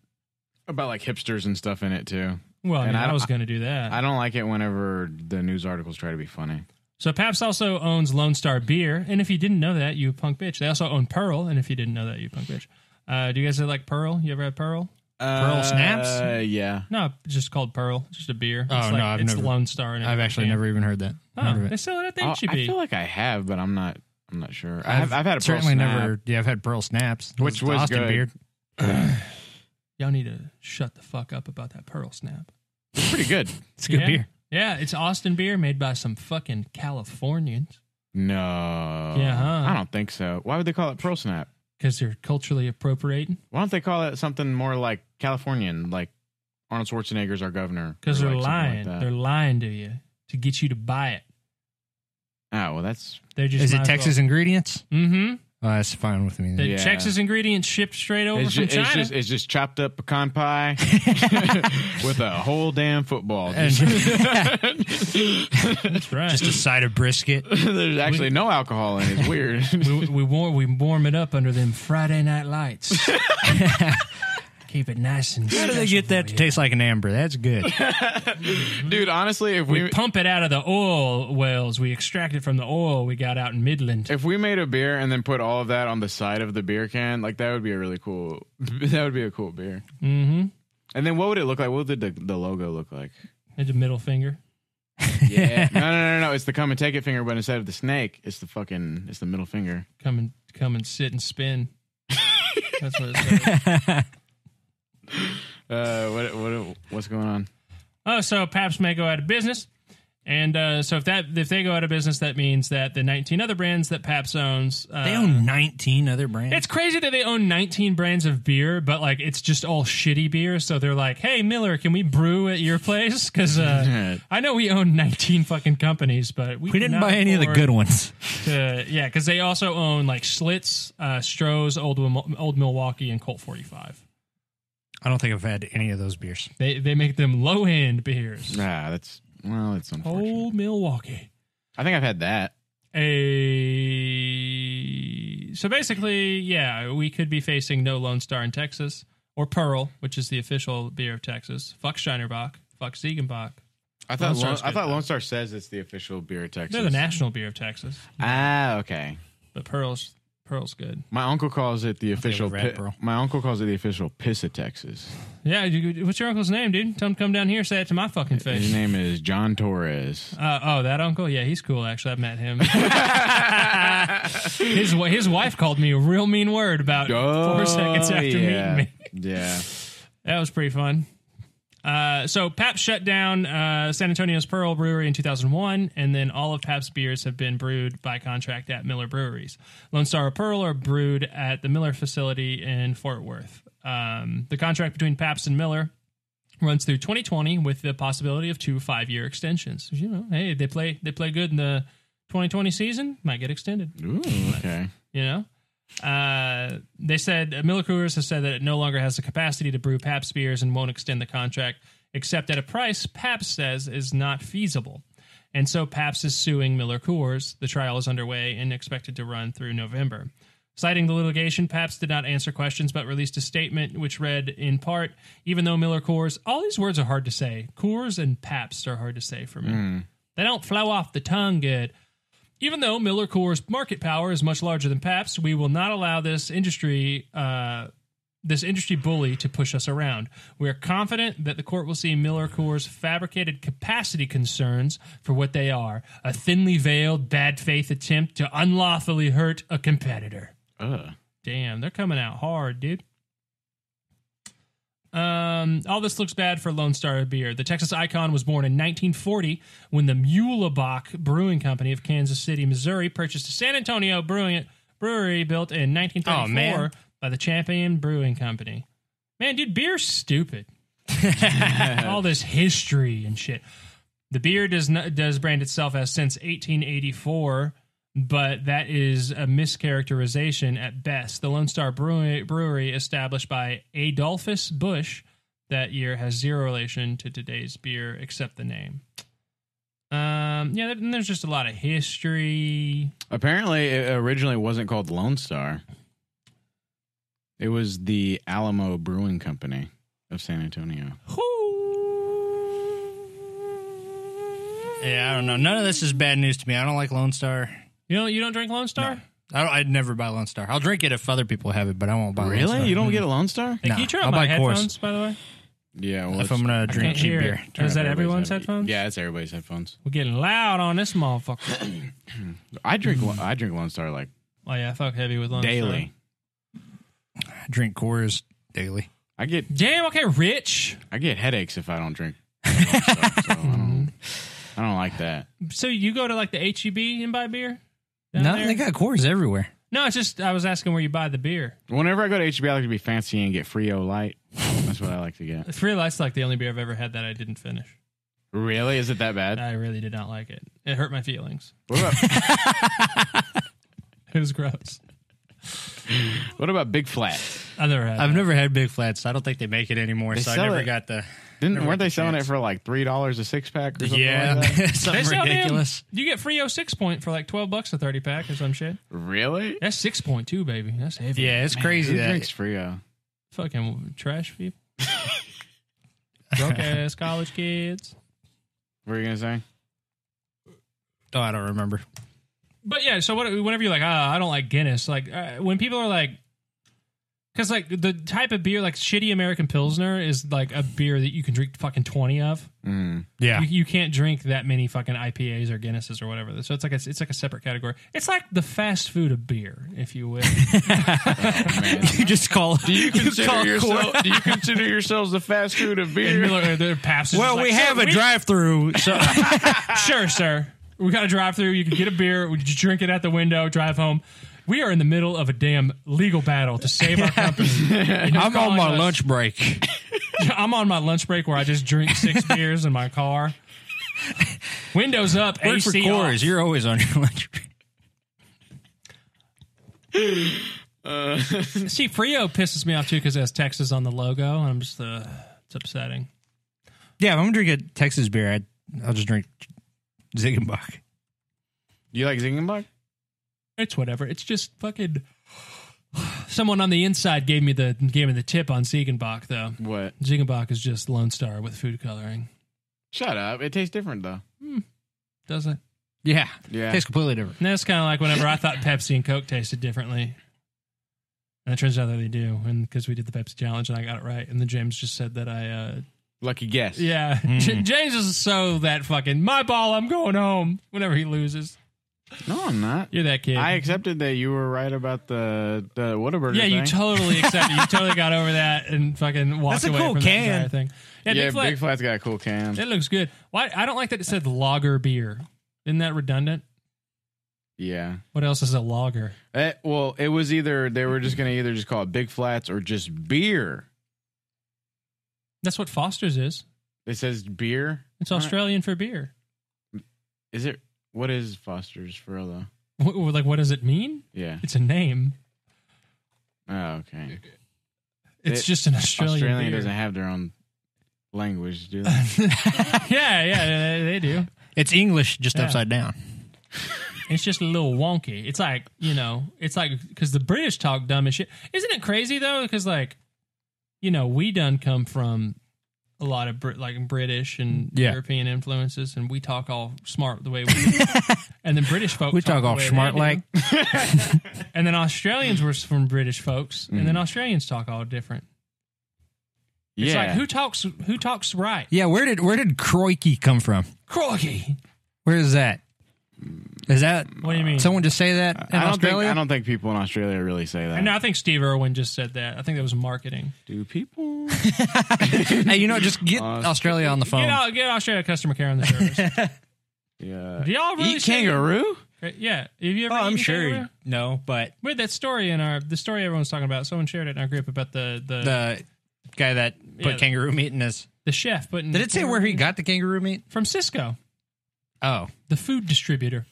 about like hipsters and stuff in it too. Well, I, And mean, I I, don't- was going to do that. I don't like it whenever the news articles try to be funny. so Pabst also owns Lone Star Beer, and if you didn't know that, you punk bitch. They also own Pearl, and if you didn't know that, you punk bitch. Uh, do you guys like Pearl? You ever had Pearl? Pearl snaps? Uh, Yeah. No, it's just called Pearl, just a beer. Oh, it's no, I've it's never- Lone Star. And I've actually never even heard that. Oh, Heard of they it. sell it at the E Oh, HEB. I feel like I have, but I'm not. I'm not sure. I have, I've had a Pearl certainly Snap. never. Yeah, I've had Pearl Snaps, Which It's the was Austin good. beer. Y'all need to shut the fuck up about that Pearl snap. It's pretty good. It's a good yeah. beer. Yeah, it's Austin beer made by some fucking Californians No. Yeah, huh? I don't think so. Why would they call it Pearl Snap? because they're culturally appropriating. Why don't they call it something more like Californian, like Arnold Schwarzenegger's our governor? Because or they're like something lying. like that. they're lying to you to get you to buy it. oh well, that's They're just Is it Texas ingredients? Mm-hmm. Oh, that's fine with me. The Then. Yeah. Texas ingredients shipped straight over it's from ju- it's just, China. it's just chopped up pecan pie with a whole damn football. And- That's right. Just a side of brisket. There's actually no alcohol in it. It's weird. we, we warm we warm it up under them Friday night lights. Keep it nice and. How do they get that to taste like an amber? That's good. Dude, honestly, if We we pump it out of the oil wells. We extract it from the oil we got out in Midland. if we made a beer and then put all of that on the side of the beer can, like that would be a really cool. That would be a cool beer. Mm-hmm. And then what would it look like? What would the the logo look like? It's a middle finger. Yeah. no, no, no, no. It's the come and take it finger, but instead of the snake, it's the fucking it's the middle finger. Come and come and sit and spin. That's what it says. Uh, what what what's going on? Oh, so Pabst may go out of business, and uh, so if that if they go out of business, that means that the 19 other brands that Pabst owns, uh, They own 19 other brands. It's crazy that they own 19 brands of beer, but like it's just all shitty beer. So they're like, "Hey Miller, can we brew at your place?" Because uh, I know we own 19 fucking companies, but we, we didn't buy any of the good ones. ones. Yeah, because they also own like Schlitz, uh, Stroh's, Old Wil- Old Milwaukee, and Colt 45. I don't think I've had any of those beers. They they make them low end beers. Ah, that's well, it's unfortunate. Old Milwaukee. I think I've had that. a so basically, yeah, we could be facing no Lone Star in Texas or Pearl, which is the official beer of Texas. Fuck Shinerbach, fuck Ziegenbach. I thought Lone Lone, Star's I good, thought Lone Star says it's the official beer of Texas. They're the national beer of Texas, Ah, okay. but Pearl's Pearl's good. My uncle calls it the official. with Red pi- Pearl. my uncle calls it the official piss of Texas. Yeah, you, what's your uncle's name, dude? Tell him to come down here. Say it to my fucking face. His name is John Torres. Uh, oh, that uncle? Yeah, he's cool. Actually, I've met him. his wa- his wife called me a real mean word about Oh, Uh, four seconds after yeah. meeting me. Yeah. That was pretty fun. Uh, so Pabst shut down uh, San Antonio's Pearl Brewery in 2001, and then all of Pabst beers have been brewed by contract at Miller Breweries. Lone Star or Pearl are brewed at the Miller facility in Fort Worth. Um, the contract between Pabst and Miller runs through 2020 with the possibility of two five-year extensions. You know, hey, they play they play good in the 2020 season, might get extended Ooh, okay. you know uh, they said uh, miller coors has said that it no longer has the capacity to brew pabst beers and won't extend the contract except at a price pabst says is not feasible and so pabst is suing miller coors the trial is underway and expected to run through november Citing the litigation, Pabst did not answer questions but released a statement which read, in part, even though Miller Coors, all these words are hard to say. Coors and Pabst are hard to say for me. They don't flow off the tongue good. Even though Miller Coors market power is much larger than Pabst, we will not allow this industry uh, this industry bully to push us around. We are confident that the court will see Miller Coors' fabricated capacity concerns for what they are a thinly veiled bad faith attempt to unlawfully hurt a competitor. Uh, Damn, they're coming out hard, dude. Um, all this looks bad for Lone Star Beer. The Texas icon was born in 1940 when the Mulebach Brewing Company of Kansas City, Missouri, purchased a San Antonio brewing brewery built in Oh, man. 1934 by the Champion Brewing Company. Man, dude, beer's stupid. all this history and shit. The beer does not, does brand itself as since 1884, but that is a mischaracterization at best. The Lone Star Brewery, brewery established by Adolphus Bush that year, has zero relation to today's beer except the name. Um, yeah, and there's just a lot of history. apparently, it originally wasn't called Lone Star. It was the Alamo Brewing Company of San Antonio. Yeah, I don't know. None of this is bad news to me. I don't like Lone Star. You know, you don't drink Lone Star? I don't, I'd never buy Lone Star. I'll drink it if other people have it, but I won't buy. Lone Really? Star. You don't get a Lone Star? Hmm. Hey, Nah, can you turn I'll on my buy Coors. headphones, by the way? Yeah. Well, If it's- I'm gonna I drink can't cheap hear beer, it. Is that everyone's head- headphones? Yeah, it's everybody's headphones. We're getting loud on this motherfucker. I drink. Lo- I drink Lone Star like oh yeah, I fuck heavy with Lone Star. daily. I drink Coors daily. I get Damn. Okay, Rich. I get headaches if I don't drink. Lone Star, so I, don't, I don't like that. So you go to like the HEB and buy beer? down No, there? they got Coors everywhere. No, it's just I was asking where you buy the beer. Whenever I go to HB, I like to be fancy and get Frio Light. That's what I like to get. Three Light's like the only beer I've ever had that I didn't finish. Really? Is it that bad? I really did not like it. It hurt my feelings. What about, It was gross. what about Big Flat? I've never had. I've never had Big Flats. I don't think they make it anymore, They so I sell never it. got the. Didn't Never had weren't they the selling it chance. for like three dollars a six pack or something? Yeah, like that? They something sell damn- ridiculous. You get Frio six point for like twelve bucks a thirty pack or some shit. really? That's six point two, baby. That's heavy. Yeah, it's crazy Who that drinks Frio? Fucking trash people. Broke ass college kids. What were you gonna say? Oh, I don't remember. But yeah, so what, whenever you're like, ah, I don't like Guinness, like uh, when people are like, because like the type of beer, like shitty American Pilsner is like a beer that you can drink fucking 20 of. Mm. Yeah, You, you can't drink that many fucking IPAs or Guinnesses or whatever. So it's like a, it's like a separate category. It's like the fast food of beer, if you will. Man. you just call. Do you consider yourself, do you consider yourselves the fast food of and beer? Miller, their Pabst is Well, just like, we "Sir, have a drive-through, so sure, sir. We got a drive through. You can get a beer, we just drink it at the window, drive home. We are in the middle of a damn legal battle to save our company. And you're I'm on calling my us- lunch break. I'm on my lunch break where I just drink six beers in my car. Windows up, Work for AC Coors. off. You're always on your lunch break. See, Frio pisses me off too because it has Texas on the logo, and I'm just uh, it's upsetting. Yeah, if I'm gonna drink a Texas beer, I'd, I'll just drink Ziegenbach. Do you like Zingenbach? It's whatever. It's just fucking. Someone on the inside gave me the gave me the tip on Ziegenbach though. What? Ziegenbach is just Lone Star with food coloring, Shut up. It tastes different though. doesn't? it? Yeah. Yeah. Tastes completely different. And that's kind of like whenever I thought Pepsi and Coke tasted differently, and it turns out that they do. And because we did the Pepsi challenge and I got it right, and then James just said that I, uh, Lucky guess. yeah, Hmm. J- James is so that fucking my ball. I'm going home whenever he loses. No, I'm not. You're that kid. I accepted that you were right about the the Whataburger. Yeah, you thing. totally accepted. You totally got over that and fucking walked That's a away cool from can. that entire thing. Yeah, yeah, Big Flat, Big Flat's got a cool can. It looks good. Why? I don't like that it said lager beer. Isn't that redundant? Yeah. What else is a lager? Eh, well, it was either they were just gonna either just call it Big Flats or just beer. That's what Foster's is. It says beer. It's on it. Australian for beer. Is it? What is Foster's for real though? What, like, what does it mean? Yeah. It's a name. Oh, okay. It's It- just an Australian. Australia beer. doesn't have their own language, do they? yeah, yeah, they, they do. It's English just Yeah. upside down. It's just a little wonky. It's like you know, it's like because the British talk dumb as shit. Isn't it crazy though? Because like, you know, we done come from a lot of Brit, like British and Yeah. European influences, and we talk all smart the way we, do. and then British folk We talk the all way they smart do. like. and then Australians were from British folks, and Mm. then Australians talk all different. yeah. It's like who talks who talks right? Yeah, where did where did Croiky come from? Crikey! Where is that? Is that What do you mean? someone just say that in I don't Australia? think I don't think people in Australia really say that. No, I think Steve Irwin just said that. I think that was marketing. Do people? hey, you know, just get Aus- Australia on the phone. Get out, get Australia customer care on the service. yeah. Do y'all really Eat say- kangaroo? yeah. Have you Oh, ever? eaten kangaroo? No, but We had that story in our the story everyone's talking about. Someone shared it in our group about the the the, the guy that put Yeah. kangaroo meat in his. chef. But Did it say where he got the kangaroo meat? from Cisco, Oh, the food distributor?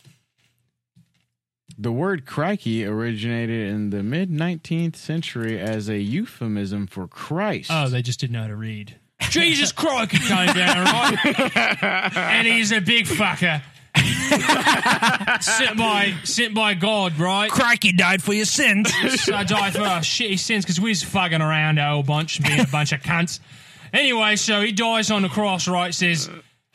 The word crikey originated in the mid 19th century as a euphemism for Christ. Oh, they just didn't know how to read. Jesus Christ comes down, right? and he's a big fucker. sent by sent by God, right? Crikey died for your sins. So I die for our shitty sins because we was fucking around a whole bunch and being a bunch of cunts. Anyway, so he dies on the cross, right? Says,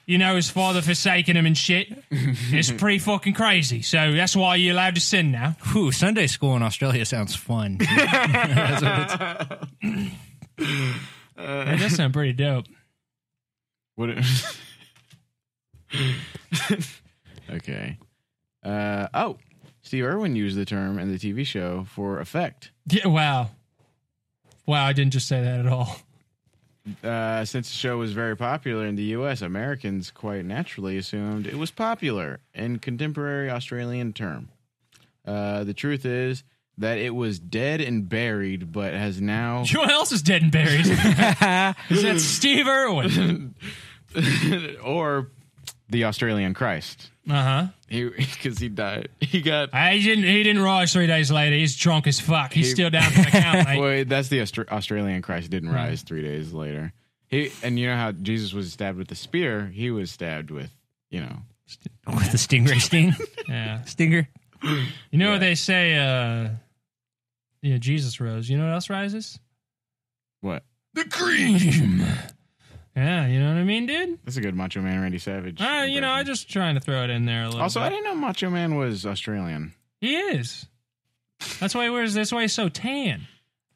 you know, his father forsaken him and shit. It's pretty fucking crazy. So that's why you're allowed to sin now. Whew, Sunday school in Australia sounds fun. That's what it's- That does sound pretty dope. What it- okay. Uh, oh, Steve Irwin used the term in the TV show for effect. Yeah, wow. Wow, I didn't just say that at all. Uh, since the show was very popular in the U.S., Americans quite naturally assumed it was popular in contemporary Australian term. Uh, the truth is that it was dead and buried, but has now You know what else is dead and buried? That's Steve Irwin. or the Australian Christ. Uh huh. He because he died. He got. He didn't. He didn't rise three days later. He's drunk as fuck. He's He- still down for the count, mate. Well, that's the Austra- Australian Christ didn't rise three days later. He and you know how Jesus was stabbed with the spear. He was stabbed with you know. with the stingray sting Yeah. stinger. You know what they say? Uh, you know, Jesus rose. You know what else rises? What? The cream. Yeah, you know what I mean, dude. That's a good Macho Man Randy Savage. Uh, you know, I impression. just trying to throw it in there a little. Also, I bit. didn't know Macho Man was Australian. he is. That's why he wears. That's why he's so tan.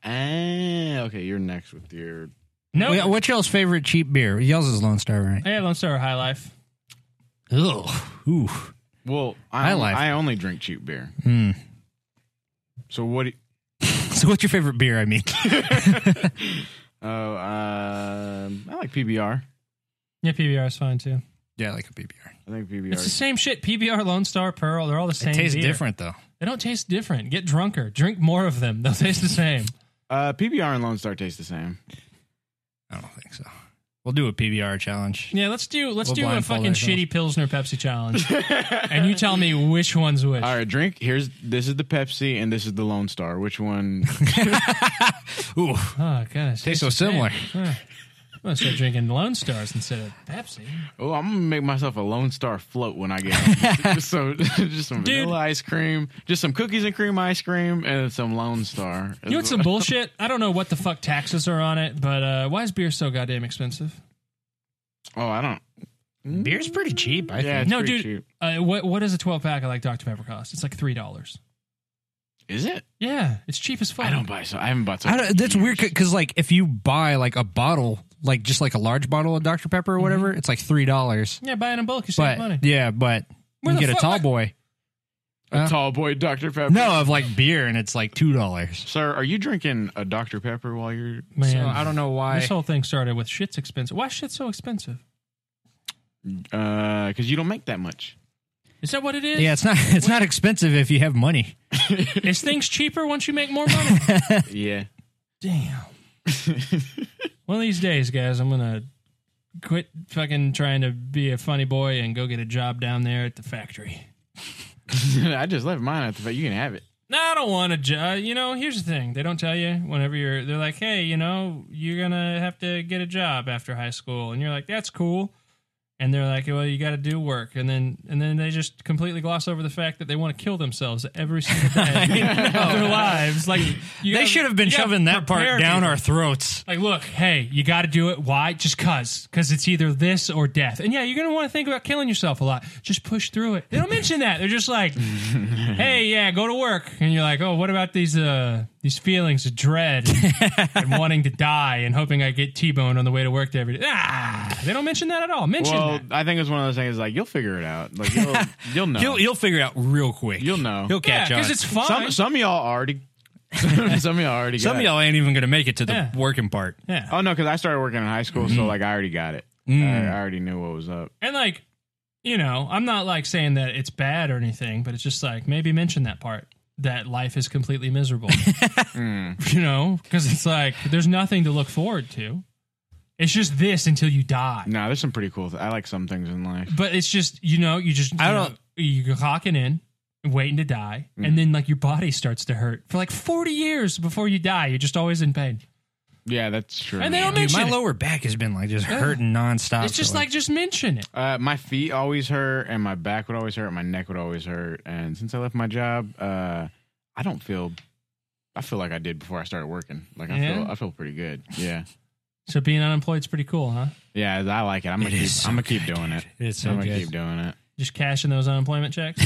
Ah, okay, you're next with your. No, Wait, What's y'all's favorite cheap beer? Y'all's is Lone Star, right? hey, Lone Star High Life. Ugh. Ooh. Well, I I only, like- I only drink cheap beer. So what? do- So, what's your favorite beer? I mean, Oh, um, I like PBR. Yeah, PBR is fine too. yeah, I like a PBR. I think PBR. It's the same shit. PBR, Lone Star, Pearl. They're all the same. It tastes beer. different though. They don't taste different. Get drunker. Drink more of them. They'll taste the same. Uh, PBR and Lone Star taste the same. I don't think so. We'll do a PBR challenge. Yeah, let's do let's We'll do a blindfold fucking ourselves. shitty Pilsner Pepsi challenge, and you tell me which one's which. All right, drink. Here's this is the Pepsi and this is the Lone Star. Which one? Ooh, Oh gosh, tastes so similar. Huh. I'm gonna start drinking Lone Stars instead of Pepsi. Oh, I'm gonna make myself a Lone Star float when I get home. just so, just some Dude. vanilla ice cream, just some cookies and cream ice cream, and some Lone Star. You know what's some bullshit? I don't know what the fuck taxes are on it, but uh, why is beer so goddamn expensive? Oh, I don't. Beer's pretty cheap, I Yeah, think. it's no, pretty dude. cheap. Uh, what what does a 12 pack of like Dr Pepper cost? It's like three dollars. Is it? Yeah, it's cheap as fuck. I don't buy so. I haven't bought so. I don't, that's weird because like if you buy like a bottle, like just like a large bottle of Dr Pepper or whatever, it's like three dollars. Yeah, buying in bulk, you Mm-hmm. save But money. yeah, but Where you the get a fuck- tall what- boy. A tall boy Dr Pepper. No, of like beer and it's like two dollars. sir, are you drinking a Dr Pepper while you're? Man, So I don't know why. This whole thing started with shit's expensive. Why is shit so expensive? Uh, because you don't make that much. Is that what it is? Yeah, it's not it's not expensive if you have money. Is things cheaper once you make more money? yeah. Damn. One of these days, guys, I'm gonna quit fucking trying to be a funny boy and go get a job down there at the factory. I just left mine at the. fa- You can have it. No, I don't want to. Ju- you know, here's the thing: they don't tell you whenever you're. They're like, "Hey, you know, you're gonna have to get a job after high school," and you're like, "That's cool." And they're like, "Well, you got to do work," and then and then they just completely gloss over the fact that they want to kill themselves every single day of their lives. Like you they gotta- should have been you gotta shoving that prepare part down people. our throats. Like, look, hey, you got to do it. Why? Just cause, because it's either this or death. And yeah, you're gonna want to think about killing yourself a lot. Just push through it. They don't mention that. They're just like, hey, yeah, go to work. And you're like, oh, what about these uh these feelings of dread and, and wanting to die and hoping I get T-boned on the way to work every day? Ah, they don't mention that at all. Mention Well, that. I think it's one of those things like you'll figure it out. Like you'll you'll know. You'll you'll figure it out real quick. You'll know. He'll Yeah, catch on. because it's fun. some some of y'all already. some of y'all already. Some got of it. y'all ain't even gonna make it to the Yeah. working part. yeah, Oh no, because I started working in high school, so like I already got it. I, I already knew what was up. and like, you know, I'm not like saying that it's bad or anything, but it's just like maybe mention that part that life is completely miserable. you know, because it's like there's nothing to look forward to. It's just this until you die. No, there's some pretty cool. Th- I like some things in life. But it's just you know you just you I know, don't- you're clocking in, waiting to die, and then like your body starts to hurt for like 40 years before you die. You're just always in pain, Yeah, that's true. and they don't Dude, mention my it. lower back has been like just hurting nonstop. It's just for, like just mention it. uh, my feet always hurt, and my back would always hurt, and my neck would always hurt. And since I left my job, uh, I don't feel. I feel like I did before I started working. Like I Yeah? feel, I feel pretty good. Yeah, So being unemployed's pretty cool, huh? yeah, I like it. I'm gonna, It keep, is so I'm gonna keep good, doing dude. it. It's so I'm gonna good. keep doing it. Just cashing those unemployment checks.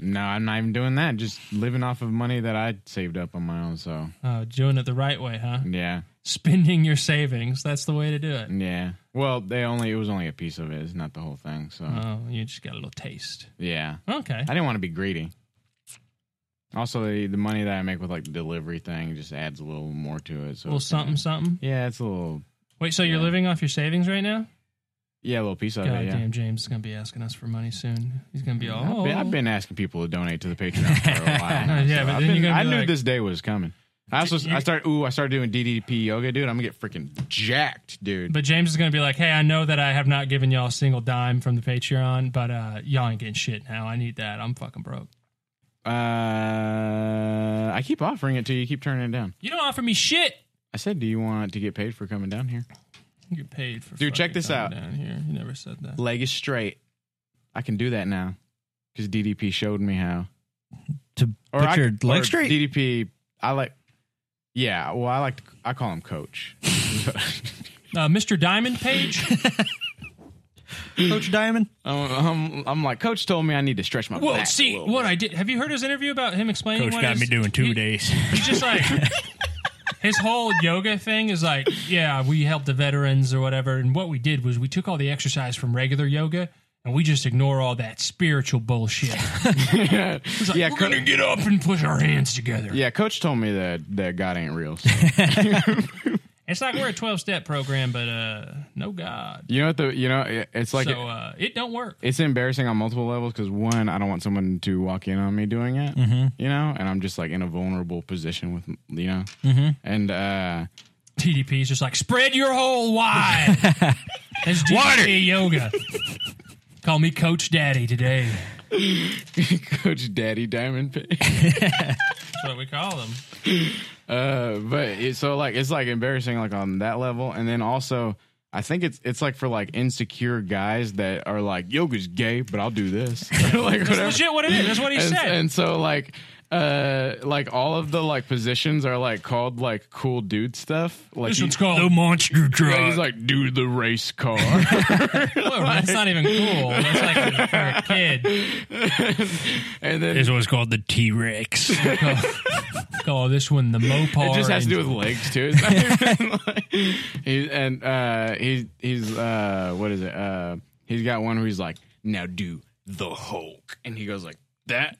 No, I'm not even doing that. Just living off of money that I saved up on my own. So oh, doing it the right way, huh? yeah, Spending your savings. That's the way to do it. yeah. Well, they only it was only a piece of it. It's not the whole thing. So Uh-huh. Oh, you just got a little taste. yeah. Okay. I didn't want to be greedy. Also, the, the money that I make with like the delivery thing just adds a little more to it. So A little it's kinda- something, something. Yeah, it's a little. Wait, so you're Yeah. living off your savings right now? Yeah, a little piece of God it. Yeah. damn, James is gonna be asking us for money soon. He's gonna be all. I've, been, I've been asking people to donate to the Patreon for a while. Oh. Yeah, so I've but then you're been- gonna I be knew like- this day was coming. I also I started. Ooh, I started doing DDP yoga, dude. I'm gonna get freaking jacked, dude. But James is gonna be like, "Hey, I know that I have not given y'all a single dime from the Patreon, but uh, y'all ain't getting shit now. I need that. I'm fucking broke. Uh, I keep offering it to you. You keep turning it down. You don't offer me shit. I said, do you want to get paid for coming down here? You get paid for. Dude, check fucking this coming out. Down here, you never said that. Leg is straight. I can do that now because DDP showed me how. to I- put your or leg straight. DDP. I like. Yeah, well, I like. To, I call him Coach. Uh, Mr. Diamond Page. Coach Diamond. I'm, I'm, I'm like Coach told me I need to stretch my. well, back a see little what bit. I did. Have you heard his interview about him explaining? Coach what got his- me doing two he- days. He's just like his whole yoga thing is like, yeah, we help the veterans or whatever. And what we did was we took all the exercise from regular yoga and we just ignore all that spiritual bullshit. He's like, Yeah, we're co- gonna get up and push our hands together. Yeah, Coach told me that that God ain't real. so. It's like we're a twelve step program, but uh, no God. you know what the you know it- it's like. so uh, it don't work. it's embarrassing on multiple levels because one, I don't want someone to walk in on me doing it, you know, and I'm just like in a vulnerable position with, you know, and uh, TDP is just like spread your whole wide. That's DDP yoga. Call me Coach Daddy today. Coach Daddy Diamond Pay. That's what we call them. Uh, but it, so like it's like embarrassing like on that level, and then also I think it's it's like for like insecure guys that are like yoga's gay, but I'll do this. like That's whatever. legit what it is. That's what he and, said. And so like uh like all of the like positions are like called like cool dude stuff. Like This he- one's called the monster Yeah, He's like do the race car. that's not even cool. That's like for a kid. and then This one's called the T Rex. Call this one the Mopar. It just has to do with and- legs too. It's not even like- he, and uh, he's he's uh, what is it? Uh, he's got one where he's like, now do the Hulk, and he goes like that,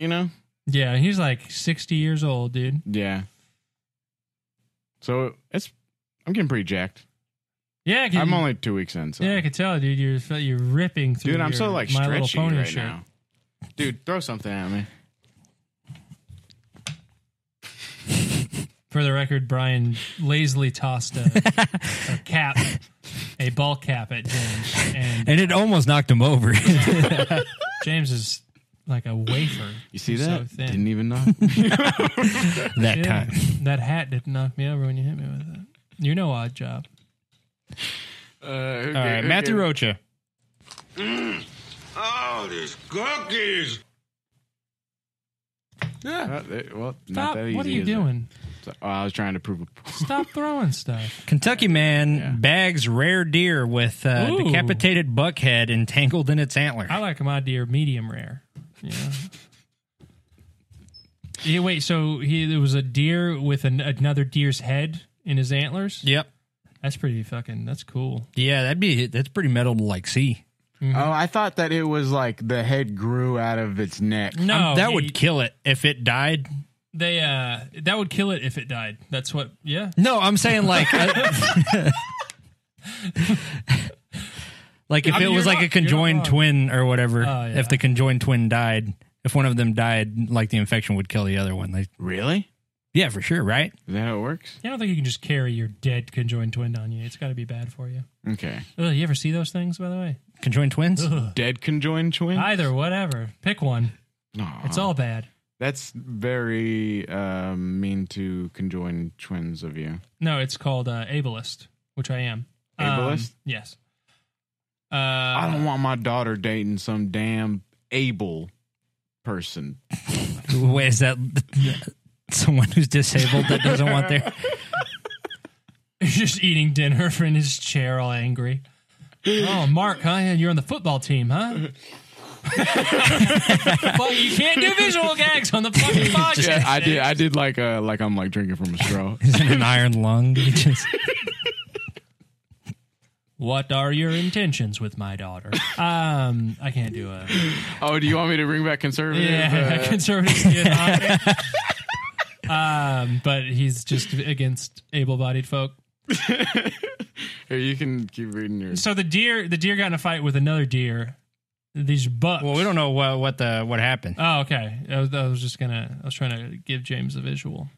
you know? Yeah, he's like 60 years old, dude. Yeah. So it's I'm getting pretty jacked. Yeah, I can, I'm only two weeks in, so yeah, I can tell, dude. You're you're ripping through. dude, I'm so your like My Little stretchy Pony right shirt. now. Dude, throw something at me. For the record, Brian lazily tossed a, a cap, a ball cap at James, and and it almost knocked him over. James is like a wafer. You see He's that? So thin. Didn't even know. that Yeah, time. That hat didn't knock me over when you hit me with it. You're no odd job. Uh, All right, Matthew Rocha. Oh, these cookies. Uh, well, Stop. not that easy. What are you is it? doing? So- oh, I was trying to prove a Stop throwing stuff. Kentucky man bags rare deer with uh, Ooh. decapitated buck head entangled in its antler. I like my deer medium rare. Yeah. Yeah, wait. So he there was a deer with an, another deer's head in his antlers. Yep. That's pretty fucking. That's cool. Yeah, that'd be that's pretty metal to like see. Mm-hmm. Oh, I thought that it was like the head grew out of its neck. No, Um, that he- would kill it if it died. They uh, that would kill it if it died. That's what. Yeah. No, I'm saying like uh, I- Like if I mean, it was you're not- like a you're not conjoined wrong. twin or whatever. Oh, yeah. If the conjoined twin died, if one of them died, like the infection would kill the other one. Like, Really? yeah, for sure, right? Is that how it works? I don't think you can just carry your dead conjoined twin on you. It's got to be bad for you. Okay. Ugh, you ever see those things, by the way? Conjoined twins. Ugh. Dead conjoined twin? Either, whatever. Pick one. No. It's all bad. That's very uh, mean to conjoined twins of you. No, it's called uh, ableist, which I am. Um, Ableist? yes. Uh, I don't want my daughter dating some damn able person. Wait, is that someone who's disabled that doesn't want their? He's just eating dinner in his chair, all angry. Oh, Mark, huh? Yeah, You're on the football team, huh? Fuck, you can't do visual gags on the fucking podcast. Yeah, I did. I did like uh, like I'm like drinking from a straw. Is it an iron lung? He just- What are your intentions with my daughter? Um, I can't do a oh, do you want me to bring back conservative? yeah uh, conservative kid. huh? um, but he's just against able-bodied folk. here, you can keep reading your. So the deer, the deer got in a fight with another deer. These bucks. well, we don't know what, what the what happened. Oh, okay. I was, I was just gonna. I was trying to give James a visual.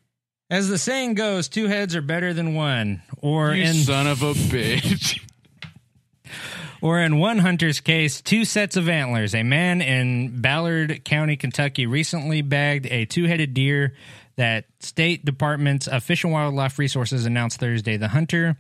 As the saying goes, two heads are better than one. Or You in son of a bitch. or in one hunter's case, two sets of antlers. A man in Ballard County, Kentucky, recently bagged a two-headed deer that state department's of Fish and Wildlife Resources announced Thursday. The hunter,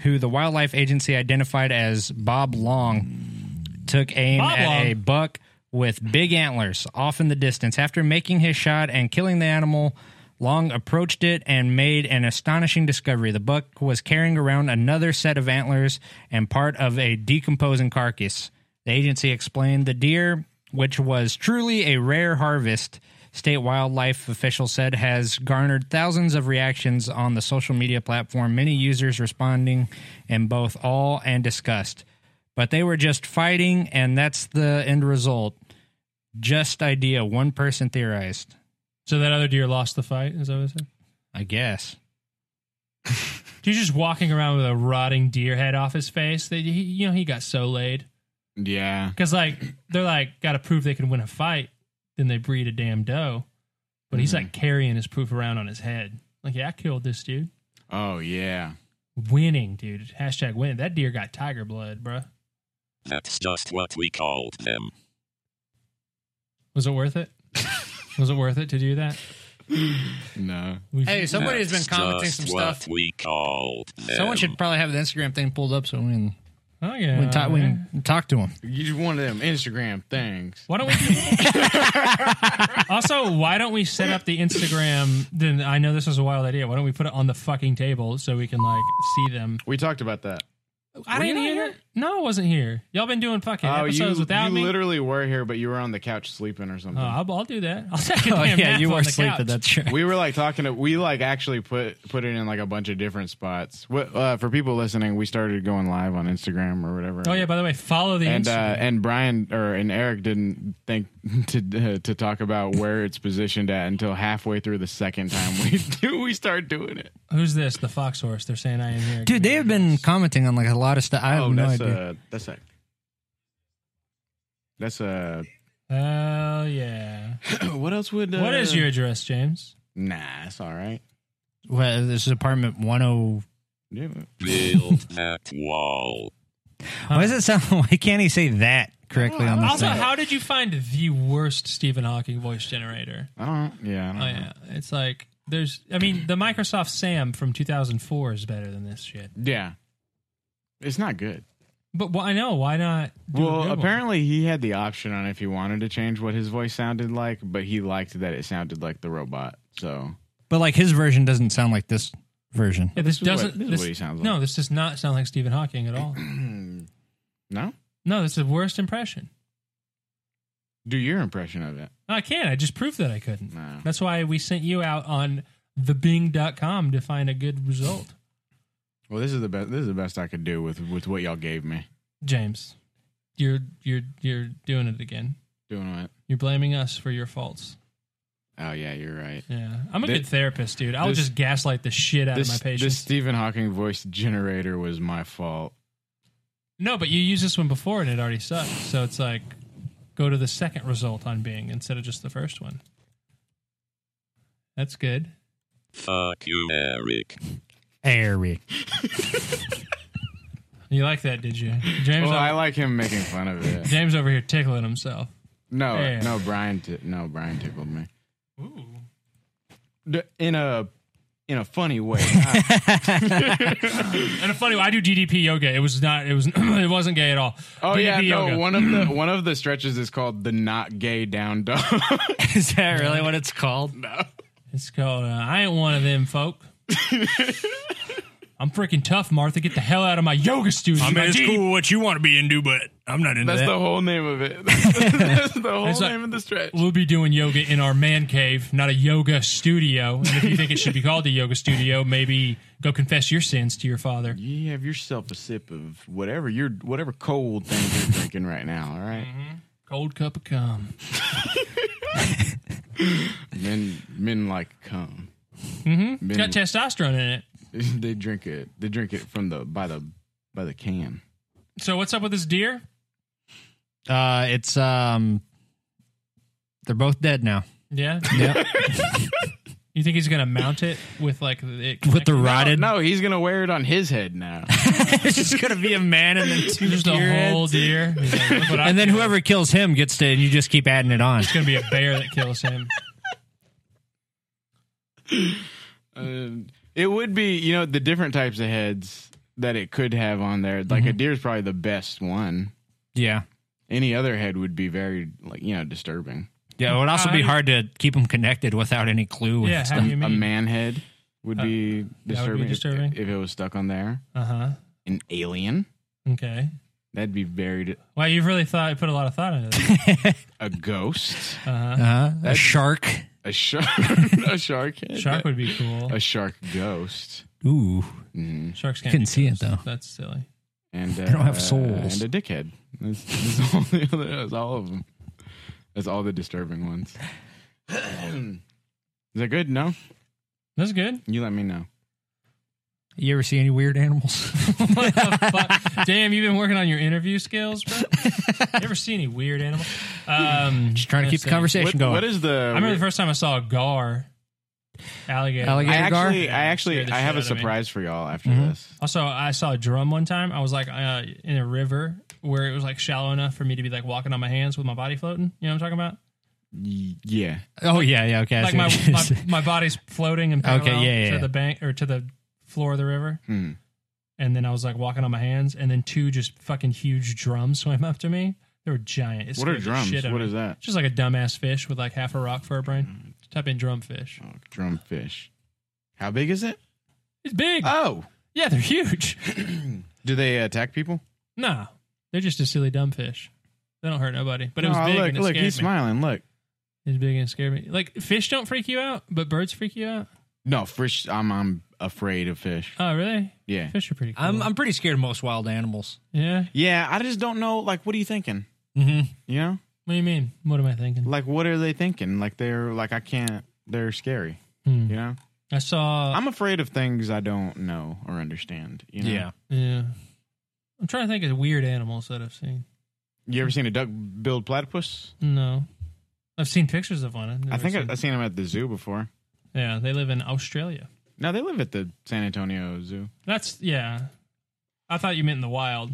who the wildlife agency identified as Bob Long, took aim Bob at Long. a buck with big antlers off in the distance. After making his shot and killing the animal, Long approached it and made an astonishing discovery. The buck was carrying around another set of antlers and part of a decomposing carcass. The agency explained the deer, which was truly a rare harvest, state wildlife officials said, has garnered thousands of reactions on the social media platform, many users responding in both awe and disgust but they were just fighting, and that's the end result. Just idea. One person theorized. So that other deer lost the fight. Is that what I said? I guess. He's just walking around with a rotting deer head off his face. That he, you know, he got so laid yeah. because like they're like got to prove they can win a fight. Then they breed a damn doe, but he's Mm-hmm. like carrying his proof around on his head. Like, yeah, I killed this dude. Oh yeah. Winning, dude. Hashtag win. That deer got tiger blood, bruh. That's just what we called them. Was it worth it? Was it worth it to do that? no. Hey, somebody has been That's commenting just some what stuff. we called Someone them. should probably have the Instagram thing pulled up so we can. Oh yeah, we can, talk, we Uh, can talk to him. You just one of them Instagram things. Why don't we? also, why don't we set up the Instagram? Then I know this was a wild idea. Why don't we put it on the fucking table so we can like see them? We talked about that. I Were you didn't not hear. No, I wasn't here. Y'all been doing fucking Oh, episodes you, without you me. literally were here, but you were on the couch sleeping or oh, something. I'll, I'll do that. I'll take oh, a damn nap on the couch. right. We were like talking. To, we like actually put put it in like a bunch of different spots. What, uh, for people listening, we started going live on Instagram or whatever. Oh yeah. By the way, follow the and uh, Instagram. and Brian or and Eric didn't think to uh, to talk about where it's positioned at until halfway through the second time we do we start doing it. Who's this? The fox horse. They're saying I am here. Dude, they have been commenting on like a lot of stuff. I have oh, no that's idea. a that's a that's uh, a Hell yeah. what else would? what is uh, your address, James? nah. That's all right. well, this is apartment 10. Yeah. Build that wall. Why does it sound? Why can't he say that correctly on this Also, thing? how did you find the worst Stephen Hawking voice generator? I don't. Yeah. I don't Oh yeah, it's like there's. I mean, the Microsoft Sam from 2004 is better than this shit. Yeah. It's not good. But why I know why not? do a Well, good one? apparently he had the option on if he wanted to change what his voice sounded like, but he liked that it sounded like the robot. So But like his version doesn't sound like this version. Yeah, this This is what- doesn't. this is this- what he sounds No, like. this does not sound like Stephen Hawking at all. no, no, that's the worst impression. do your impression of it. No, I can't. I just proved that I couldn't. No. That's why we sent you out on thebing.com to find a good result, Well, this is the best. This is the best I could do with with what y'all gave me. James. You're you're you're doing it again. Doing what? You're blaming us for your faults. Oh yeah, you're right. Yeah, I'm a Thi- good therapist, dude. I'll this- just gaslight the shit out this, of my This patients. Stephen Hawking voice generator was my fault. No, but you used this one before and it already sucked. So it's like go to the second result on Bing instead of just the first one. That's good. Fuck you, Eric. Eric. You like that, did you? James well, over, I like him making fun of it. James over here tickling himself. No, Yeah. no, Brian. T- no, Brian tickled me Ooh. D- in a in a funny way. And a funny way, I do GDP yoga. It was not it was it wasn't gay at all. Oh GDP yeah, no. yoga. One of the one of the stretches is called the not gay down dog. is that really what it's called? No. It's called uh, I ain't one of them folk. I'm freaking tough, Martha. Get the hell out of my yoga studio. I mean, my it's GDP cool what you want to be into, but I'm not into That's that. the whole name of it. That's the whole It's like- name of the stretch. We'll be doing yoga in our man cave, not a yoga studio. And if you think it should be called a yoga studio, maybe go confess your sins to your father. You have yourself a sip of whatever you're whatever cold thing you're drinking right now. All right? Cold cup of cum. men men like cum. Mm-hmm. Men- It's got testosterone in it. They drink it. They drink it from the by the by the can. So what's up with this deer? Uh, it's um, they're both dead now. Yeah. Yeah, You think he's gonna mount it with like it with the connected? rotted. No, he's gonna wear it on his head now. it's just gonna be a man and then two Just a deer whole heads. deer. He's like, "Look what I and then killed." whoever kills him gets to. You just keep adding it on. It's gonna be a bear that kills him. Uh, it would be you know the different types of heads that it could have on there. Like Mm-hmm. a deer's probably the best one. Yeah, Any other head would be very like you know disturbing. yeah. It would also How be do- hard to keep them connected without any clue. Yeah, how do you a mean? man head would Uh, be be disturbing, if- disturbing. If, it was stuck on there. Uh huh. An alien Okay. that'd be buried. Wow, you've really thought put a lot of thought into this. A ghost, Uh huh. Uh, a shark. a shark, a shark head, Shark would be cool. a shark ghost, Ooh, Mhm. Sharks can't couldn't be see it, ghosts. though. That's silly. and uh, They don't have souls. and a dickhead. That's, that's, all, the other- that's all of them. That's all the disturbing ones. Is that good? No, That's good. you let me know. You ever see any weird animals? what the fuck? Damn, you've been working on your interview skills, bro. you ever see any weird animals? Um, Just trying to keep let's the see. conversation What- going. what is the? I remember the first time I saw a gar, alligator. Alligator. I Gar? actually, I Scared actually, the I shit have a out of me. Mm-hmm. surprise for y'all after this. Also, I saw a drum one time. I was like uh, in a river where it was like shallow enough for me to be like walking on my hands with my body floating. You know what I'm talking about? Yeah. Oh yeah, yeah. Okay. I like see my, what you're my saying. my body's floating and parallel Okay, yeah, yeah, to yeah. the bank or to the floor of the river. Hmm. And then I was like walking on my hands, and then two just fucking huge drums swam up to me. They were giant. It What are scared the drums? Shit out of What me. is that? Hmm. Just like a dumbass fish with like half a rock for a brain. Type in drum fish. Drumfish. How big is it? It's big. Oh. Yeah, they're huge. Do they attack people? Nah, they're just a silly dumb fish. They don't hurt nobody. But it was No, big Look, and it look, scared he's me. smiling. Look. It's big and it scared me. Like fish don't freak you out, but birds freak you out. No, fish. I'm I'm afraid of fish. Oh, really? Yeah. Fish are pretty. Cool. I'm I'm pretty scared of most wild animals. yeah. Yeah, I just don't know. Like, what are you thinking? Mm-hmm. You know, What do you mean? What am I thinking? like, what are they thinking? Like, they're like, I can't. They're scary. Hmm. You know, I saw. I'm afraid of things I don't know or understand. You know. Yeah. yeah. I'm trying to think of weird animals that I've seen. You ever seen a duck-billed platypus? No, I've seen pictures of one. I've never I think seen- I, I seen them at the zoo before. yeah, they live in Australia. No, they live at the San Antonio Zoo. That's yeah. I thought you meant in the wild.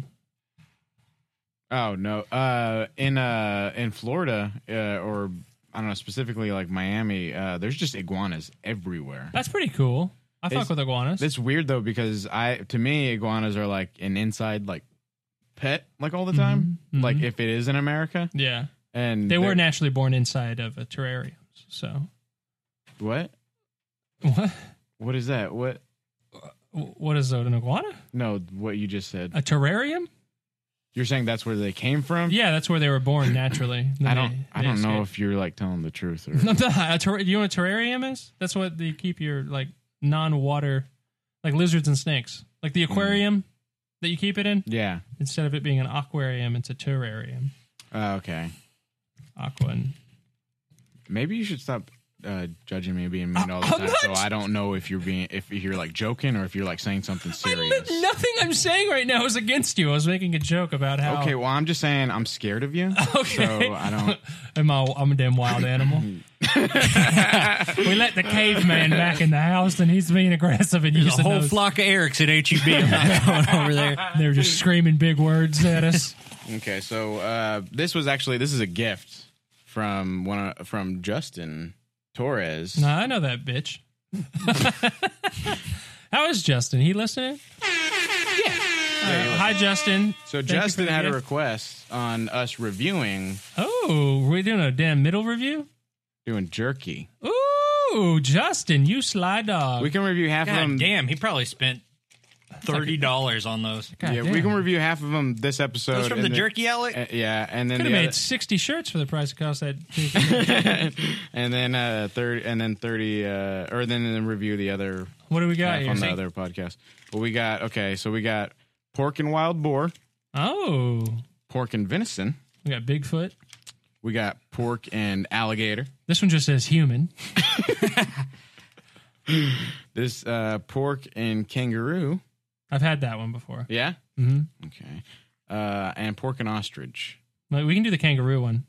Oh no, uh, in uh, in Florida uh, or I don't know specifically like Miami. Uh, there's just iguanas everywhere. That's pretty cool. I It's- fuck with iguanas. It's weird though because I to me iguanas are like an inside like pet like all the time. Mhm, mhm. Like if it is in America yeah, and they were they're- naturally born inside of a terrarium. So what what? what is that what What is that? An iguana? no what you just said A terrarium? you're saying that's where they came from. Uh, Yeah, that's where they were born naturally. I don't They- I they don't know escaped. if you're like telling the truth or No, I'm not. A ter- you know what a terrarium is? That's what they keep your like non-water, like lizards and snakes, like the aquarium that you keep it in. yeah Instead of it being an aquarium, it's a terrarium. Uh, okay Aqua. And- maybe you should stop. Uh, judging me and being mean all the I'm time, not- so I don't know if you're being if you're like joking or if you're like saying something serious. Nothing I'm saying right now is against you. I was making a joke about how. Okay, well I'm just saying I'm scared of you, Okay. so I don't. Am I, I'm a damn wild animal. we let the caveman back in the house, and he's being aggressive and There's using a whole those- flock of Erics at E HEB I'm not going over there. They're just screaming big words at us. Okay, so uh, this was actually this is a gift from one of, from Justin Torres. Nah, I know that bitch. How is Justin? He listening? Yeah. hi, Justin. So Thank you Justin for the had a gift. request on us reviewing Oh, we're doing a damn middle review. doing jerky. Ooh, Justin, you sly dog. We can review half of them. God damn, he probably spent thirty dollars on those. God yeah, damn. we can review half of them this episode. Those from and the then- jerky outlet. uh, yeah, and then Could the have made other- sixty shirts for the price it cost that. and then uh, thirty, and then thirty, uh, or then then review the other what do we half got here? on the other podcast. Well, we got okay, so we got pork and wild boar, Oh, pork and venison. we got Bigfoot. We got pork and alligator. This one just says human. This uh, pork and kangaroo. I've had that one before. Yeah. Mm-hmm. hmm Okay. Uh, and pork and ostrich. we can do the kangaroo one.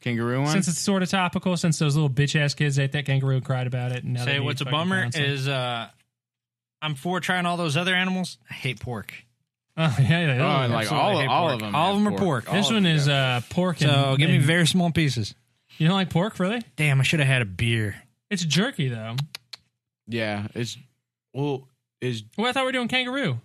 Kangaroo one. Since it's sort of topical, since those little bitch ass kids ate that kangaroo and cried about it. And now they Say need what's a fucking bummer counseling. is uh I'm for trying all those other animals. I hate pork. oh yeah, yeah, oh, yeah. and like absolutely all hate all pork. of them. All have of 'em are pork. All this of one them is have- uh, pork. And, So give me and- very small pieces. You don't like pork, really? Damn, I should have had a beer. It's jerky though. yeah. It's well is Well, I thought we were doing kangaroo.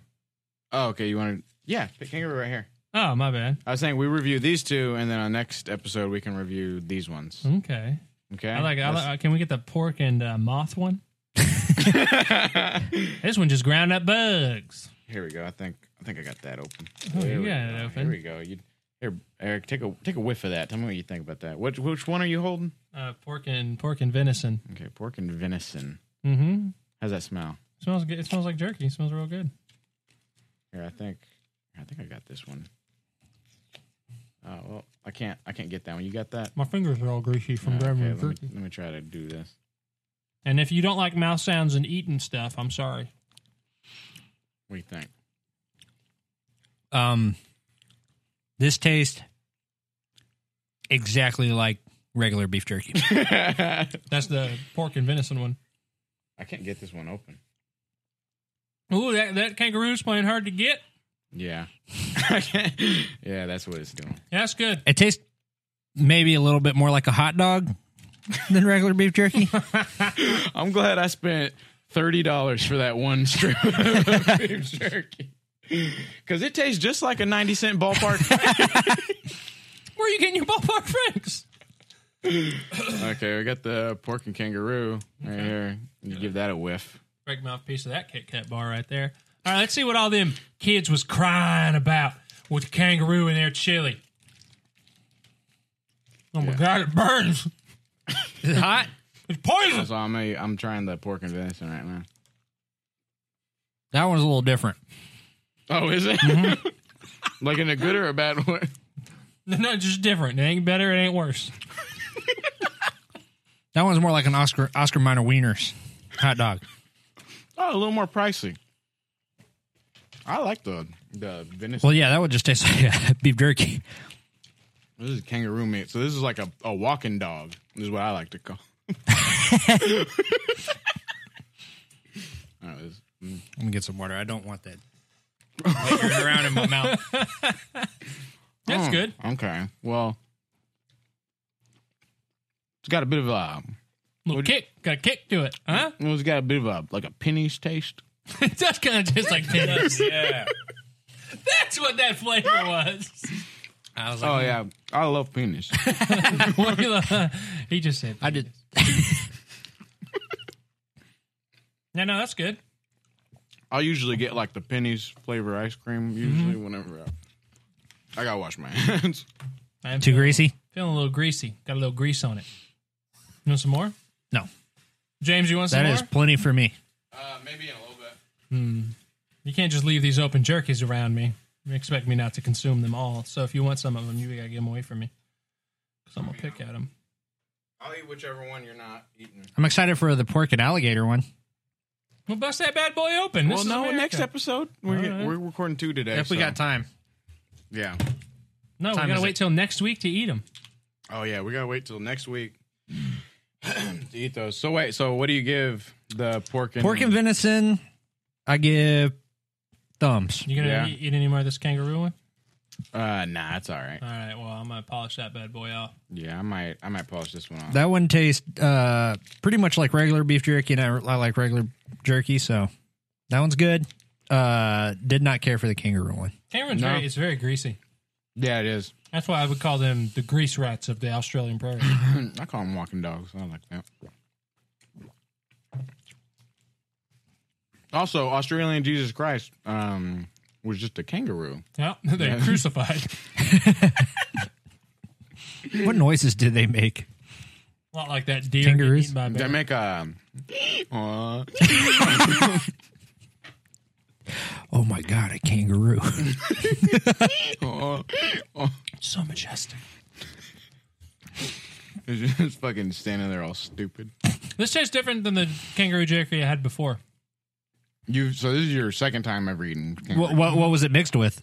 oh okay. You want to yeah? Pick kangaroo right here. Oh my bad. I was saying we review these two, and then on next episode we can review these ones. Okay. Okay. I like. I That's- like can we get the pork and uh, moth one? This one just ground up bugs. here we go. I think I think I got that open. Oh, There you we got it go. open. Here we go. You here, Eric. Take a take a whiff of that. Tell me what you think about that. Which which one are you holding? Uh, pork and pork and venison. Okay, pork and venison. Mm-hmm. How's that smell? Smells good. It smells like jerky. It smells real good. Here, I think, I think I got this one. Oh well, I can't, I can't get that one. You got that? My fingers are all greasy from Uh, grabbing okay, let, me, jerky. let me try to do this. And if you don't like mouth sounds and eating stuff, I'm sorry. What do you think? Um this tastes exactly like regular beef jerky. That's the pork and venison one. I can't get this one open. Ooh, that, that kangaroo's playing hard to get. Yeah, I can't- yeah, that's what it's doing. Yeah, that's good. It tastes maybe a little bit more like a hot dog than regular beef jerky. I'm glad I spent thirty dollars for that one strip of beef jerky because it tastes just like a ninety cent ballpark. Where are you getting your ballpark franks? okay, we got the pork and kangaroo right here. You give that a whiff. Big mouthpiece of that Kit Kat bar right there. All right, let's see what all them kids was crying about with kangaroo in their chili. Oh my god, it burns! Is it hot? It's poison. So I'm a, I'm trying the pork and venison right now. That one's a little different. Oh, is it? like in a good or a bad way? No, no, just different. It ain't better. It ain't worse. That one's more like an Oscar Oscar Minor Wieners hot dog. Oh, a little more pricey. I like the the venison. Well, yeah, that would just taste like uh, beef jerky. This is kangaroo meat, so this is like a, a walking dog. This is what I like to call. All right, this- mm. Let me get some water. I don't want that lingering around in my mouth. Hmm. That's Oh, good. Okay, well, it's got a bit of a Little kick, got a kick to it, huh? well, it's got a bit of a like a pennies taste. it does kind of taste like pennies. yeah, that's what that flavor was. I was Oh yeah, I love pennies. What you lo- he just said. I did. No, no, that's good. I usually get like the pennies flavor ice cream. Usually, whenever I, I gotta wash my hands. I'm Too feeling- greasy? Feeling a little greasy. Got a little grease on it. You want some more? No. James, you want some That more? is plenty for me. Uh, maybe in a little bit. Hmm. You can't just leave these open jerkies around me. You expect me not to consume them all. So if you want some of them, you gotta get them away from me. Because I'm gonna pick at them. I'll eat whichever one you're not eating. I'm excited for the pork and alligator one. We'll bust that bad boy open. Well, this no, is next America. episode we're All get- right. we're recording two today. if we so- got time. yeah. No, we time gotta is wait it? till next week to eat them. Oh yeah, we gotta wait till next week to eat those. So wait, so what do you give the pork and Pork and venison, I give thumbs. You gonna Yeah. eat, eat any more of this kangaroo one? Uh, nah, it's all right. All right. Well, I'm gonna polish that bad boy off. Yeah, I might I might polish this one off. That one tastes uh, pretty much like regular beef jerky, and I, I like regular jerky, so that one's good. Uh, did not care for the kangaroo one. Kangaroo's No. very, it's very greasy. yeah, it is. That's why I would call them the grease rats of the Australian prairies. I call them walking dogs. I like that. Also, Australian Jesus Christ um, was just a kangaroo. yeah, they're Yeah. crucified. What noises did they make? A lot like that deer. Kangaroos? eaten by a Did I bear. make a? Aw. Oh my god, a kangaroo! Aw. Aw. So majestic. It's just fucking standing there all stupid. This tastes different than the kangaroo jerky I had before. You so this is your second time ever eating. kangaroo. what, what what was it mixed with?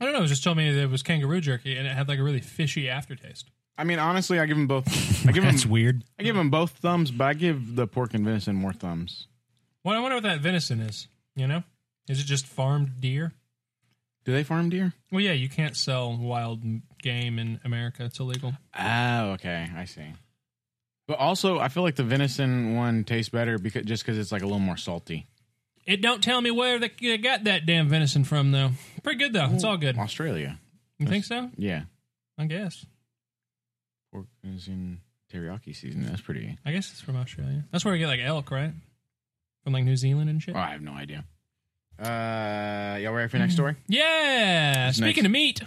I don't know. It just told me that it was kangaroo jerky, and it had like a really fishy aftertaste. I mean, honestly, I give them both. I give them. That's weird. I give them both thumbs, but I give the pork and venison more thumbs. Well, I wonder what that venison is. You know, is it just farmed deer? Do they farm deer? Well, yeah, you can't sell wild m- game in America. It's illegal. Oh, okay, I see. But also, I feel like the venison one tastes better because just because it's like a little more salty. It don't tell me where they- they got that damn venison from, though. Pretty good though. It's all good. Australia, You think so? yeah, I guess. pork venison teriyaki season. That's pretty. I guess it's from Australia. That's where we get like elk, right? From like New Zealand and shit. Oh, I have no idea. Uh, y'all ready for your Mm-hmm. next story? Yeah. It's Speaking nice. of meat,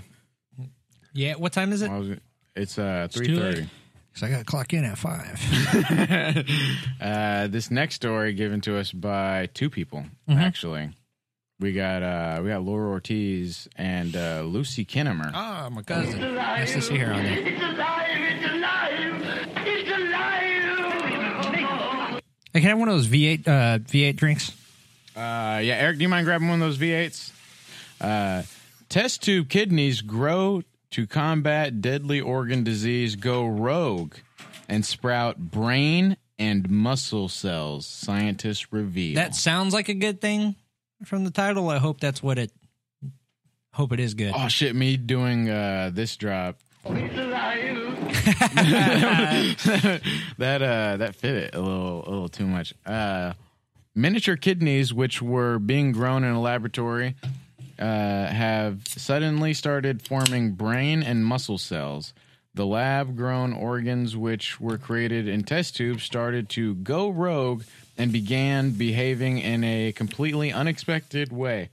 Yeah, what time is What was it? It's uh too three thirty. Because I got to clock in at five. uh, this next story given to us by two people actually. We got uh, we got Laura Ortiz and uh, Lucy Kinnemer. Oh. Ah, my cousin. Nice to see her on there. I can I have one of those V8 uh, V8 drinks. Uh, yeah, Eric, do you mind grabbing one of those V8s? Uh, test tube kidneys grow to combat deadly organ disease, go rogue, and sprout brain and muscle cells. Scientists reveal. That sounds like a good thing from the title. I hope that's what it. Hope it is good. Oh shit! Me doing uh, this drop that uh, that fit it a little a little too much. Uh, miniature kidneys, which were being grown in a laboratory, uh, have suddenly started forming brain and muscle cells. The lab grown organs, which were created in test tubes, started to go rogue and began behaving in a completely unexpected way.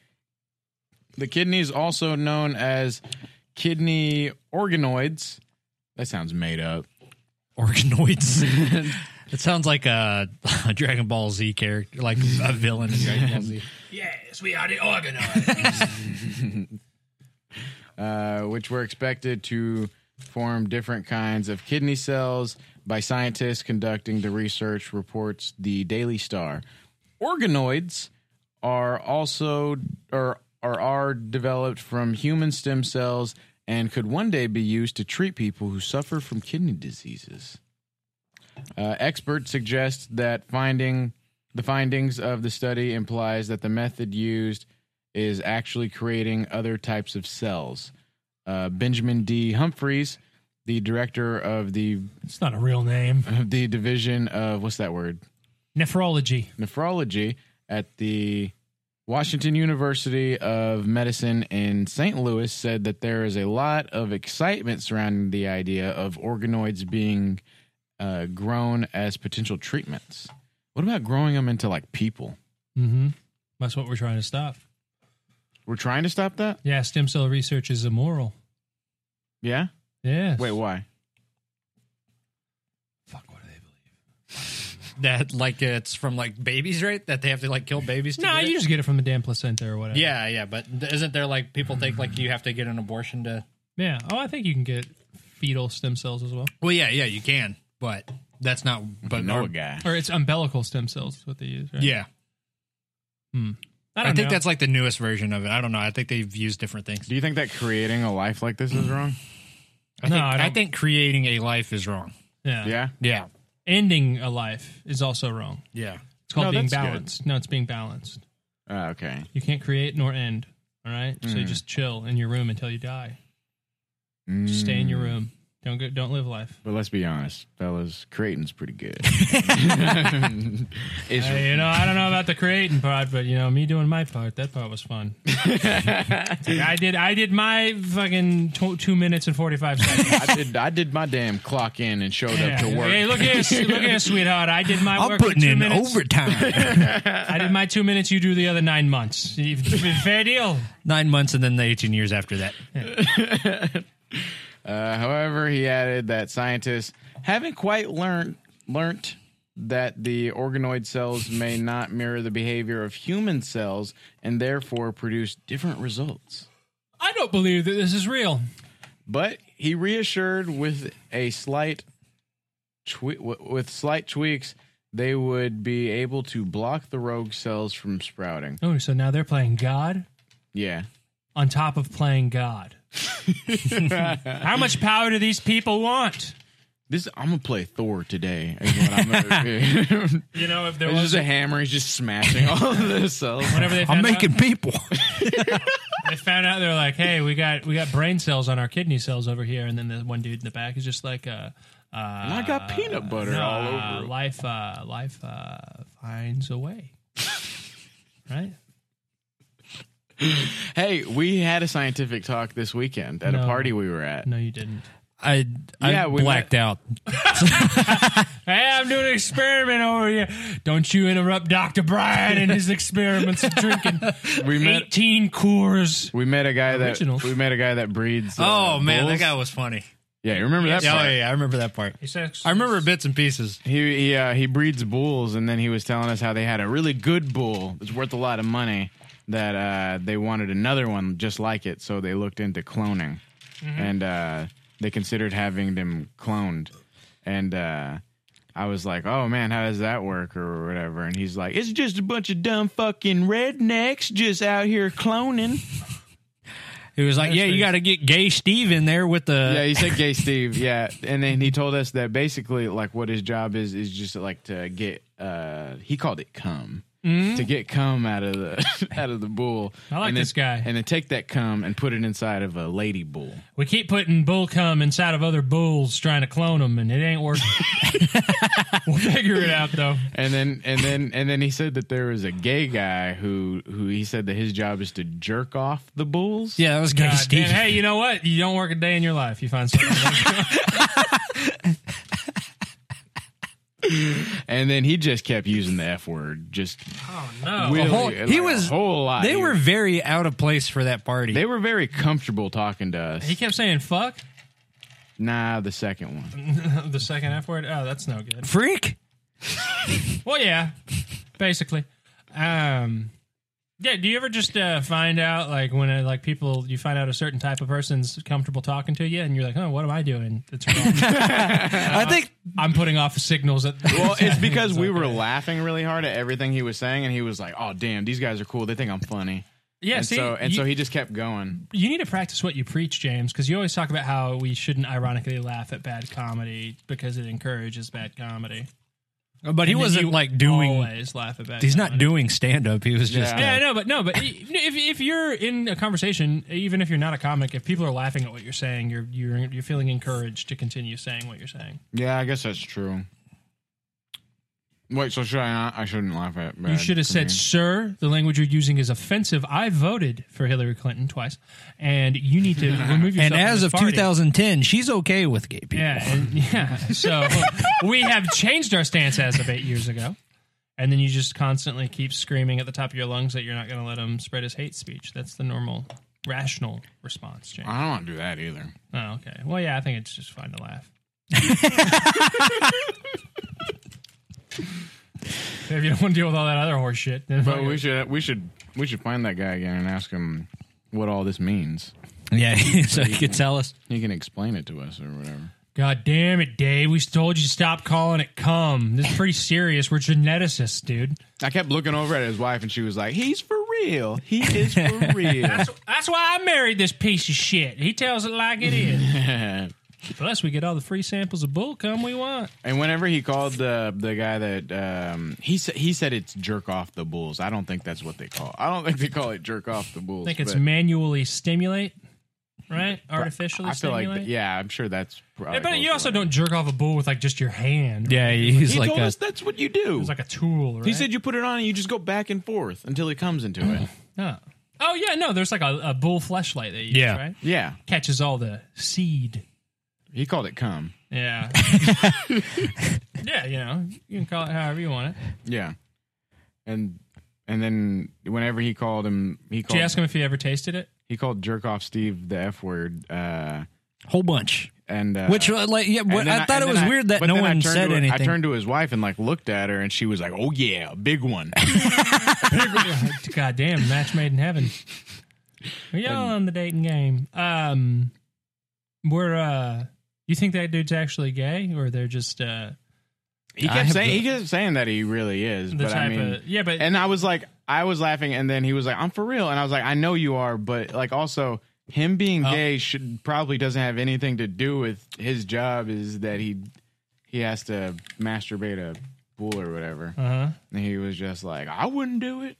The kidneys, also known as kidney organoids, that sounds made up. Organoids. it sounds like a, a Dragon Ball Z character, like a villain in Dragon Ball Z. Yes, we are the organized. uh, which were expected to form different kinds of kidney cells by scientists conducting the research, reports the Daily Star. Organoids are also or are, are developed from human stem cells and could one day be used to treat people who suffer from kidney diseases. Uh, experts suggest that finding the findings of the study implies that the method used is actually creating other types of cells. Uh, Benjamin D. Humphreys, the director of the It's not a real name. of the division of what's that word Nephrology. nephrology at the Washington University of Medicine in St. Louis said that there is a lot of excitement surrounding the idea of organoids being uh, grown as potential treatments. What about growing them into like people? Mm-hmm. That's what we're trying to stop. We're trying to stop that? Yeah, stem cell research is immoral. Yeah? Yes. Wait, why? That like it's from like babies, right? That they have to like kill babies. To No, get it? you just get it from a damn placenta or whatever. Yeah, yeah, but isn't there like people think like you have to get an abortion to? Yeah. Oh, I think you can get fetal stem cells as well. Well, yeah, yeah, you can, but that's not. But know a guy. Or it's umbilical stem cells is what they use, right? Yeah, Hmm. I I, don't think know. that's like the newest version of it. I don't know. I think they've used different things. Do you think that creating a life like this is wrong? I No, think, I I, don't- think creating a life is wrong. Yeah. Yeah? Yeah, Ending a life is also wrong. yeah. It's called No, being that's good. balanced. No, it's being balanced. Oh, okay. You can't create nor end. All right. So you Mm. just chill in your room until you die. Just stay in your Mm. room. Don't go. Don't live life. But let's be honest, fellas, Creighton's pretty good. It's- Uh, you know, I don't know about the creating part, but you know, me doing my part. That part was fun. It's like, I did. I did my fucking tw- two minutes and forty five seconds. I did I did my damn clock in and showed up to Yeah. work. Hey, look here, s- look here, sweetheart. I did my I'm work. putting two in minutes. overtime. I did my two minutes. You do the other nine months. Fair deal. Nine months and then the 18 years after that. Uh, however, he added that scientists haven't quite learned learnt that the organoid cells may not mirror the behavior of human cells and therefore produce different results. I don't believe that this is real. But he reassured with a slight twe- wi- with slight tweaks they would be able to block the rogue cells from sprouting. Oh, so now they're playing God Yeah. on top of playing God. How much power do these people want? This I'm gonna play Thor today. Is what I'm gonna do. You know, if there It's was just a hammer. He's just smashing all of the cells. whenever they I'm found making people. out, they found out they're like, hey, we got we got brain cells on our kidney cells over here, and then the one dude in the back is just like, uh, uh I got peanut butter no, all uh, over. it. Life, uh, life uh, finds a way, right? Hey, we had a scientific talk this weekend at No. a party we were at. No, you didn't. I, I Yeah, we blacked out. Hey, I'm doing an experiment over here. Don't you interrupt Dr. Brian and his experiments of drinking We met 18 Coors. we met a guy Original. that we met a guy that breeds. uh, oh, man. bulls. That guy was funny. Yeah, you remember that? Yeah, oh, part? yeah, yeah, I remember that part. He says, I remember bits and pieces. He he uh, he breeds bulls, and then he was telling us how they had a really good bull that's worth a lot of money. That uh, they wanted another one just like it, so they looked into cloning, and uh, they considered having them cloned. And uh, I was like, "Oh man, how does that work?" or whatever. And he's like, "It's just a bunch of dumb fucking rednecks just out here cloning." He was like, yeah, you got to get gay Steve in there with the. yeah, he said gay Steve. Yeah, and then he told us that basically, like, what his job is is just like to get. Uh, he called it cum. Mm-hmm. to get cum out of the out of the bull. I like and this guy. And then take that cum and put it inside of a lady bull. We keep putting bull cum inside of other bulls trying to clone them, and it ain't working. we'll figure it out though. And then and then and then he said that there was a gay guy who who he said that his job is to jerk off the bulls. Yeah, that was God damn- hey, you know what? You don't work a day in your life. You find something. And then he just kept using the f word. Just oh A whole- he was whole lot. They He were very out of place for that party. They were very comfortable talking to us. he kept saying "fuck." Nah, the second one. the second F word. Oh, that's no good. Freak. Well, yeah, basically. Um, yeah. Do you ever just uh, find out like when uh, like people you find out a certain type of person's comfortable talking to you, and you're like, oh, what am I doing? It's wrong. I think I'm putting off signals at. Well, it's because we were laughing really hard at everything he was saying, and he was like, "Oh, damn, these guys are cool. They think I'm funny." Yeah, and see, so and so you- he just kept going. You need to practice what you preach, James, because you always talk about how we shouldn't ironically laugh at bad comedy because it encourages bad comedy. But he And then wasn't you Oh, like doing. Always laugh at bad. he's comedy. not doing stand up. He was just. Yeah, I know, but no, but if if you're in a conversation, even if you're not a comic, if people are laughing at what you're saying, you're you're you're feeling encouraged to continue saying what you're saying. Yeah, I guess that's true. Wait, so should I not? I shouldn't laugh at. you should have said, "Sir, the language you're using is offensive. I voted for Hillary Clinton twice, and you need to remove yourself." And from as this of party." 2010, she's okay with gay people. yeah, and, yeah. So we have changed our stance as of eight years ago, and then you just constantly keep screaming at the top of your lungs that you're not going to let him spread his hate speech. That's the normal, rational response, Uh-huh. James. I don't want to do that either. Oh, okay. Well, yeah, I think it's just fun to laugh. if you don't want to deal with all that other horse shit, then But we should we should we should find that guy again and ask him what all this means. Yeah, so he could tell us. He can explain it to us or whatever. God damn it, Dave. We told you to stop calling it cum. This is pretty serious. We're geneticists, dude. I kept looking over at his wife, and she was like, "He's for real. He is for real." That's, that's why I married this piece of shit. He tells it like it is. and Plus, we get all the free samples of bull cum we want. whenever he called the the guy that um, he said he said it's jerk off the bulls. I don't think that's what they call. I don't think they call it jerk off the I bulls. think it's but- manually stimulate, right? but Artificially I feel like stimulate. th- yeah, I'm sure that's. Probably Yeah, but you also don't jerk off a bull with like just your hand. Yeah, right? he's he like told a- us that's what you do. It's like a tool. Right? He said you put it on and you just go back and forth until it comes into it. Oh. Oh, yeah, no, there's like a, a bull fleshlight they use, Yeah. right? Yeah. Catches all the seed. He called it cum. Yeah. yeah, you know, you can call it however you want it. Yeah. And and then whenever he called him, he Did called you ask him if he ever tasted it? he called jerk off Steve the F word. Uh, Whole bunch. And uh, Which, uh, like, yeah, and what- then I thought and it then was weird that but no then I one turned said to- I anything. turned to his wife and like looked at her, and she was like, "Oh yeah, big one." God damn, match made in heaven. We're all on the dating game. Um, we're, uh, you think that dude's actually gay or they're just, uh, He I kept have saying the- he kept saying that he really is, The but I type mean, of- yeah, but- and I was like, I was laughing, and then he was like, "I'm for real," and I was like, "I know you are," but like also him being Oh. gay should probably doesn't have anything to do with his job. Is that he he has to masturbate a bull or whatever? Uh-huh. And he was just like, "I wouldn't do it."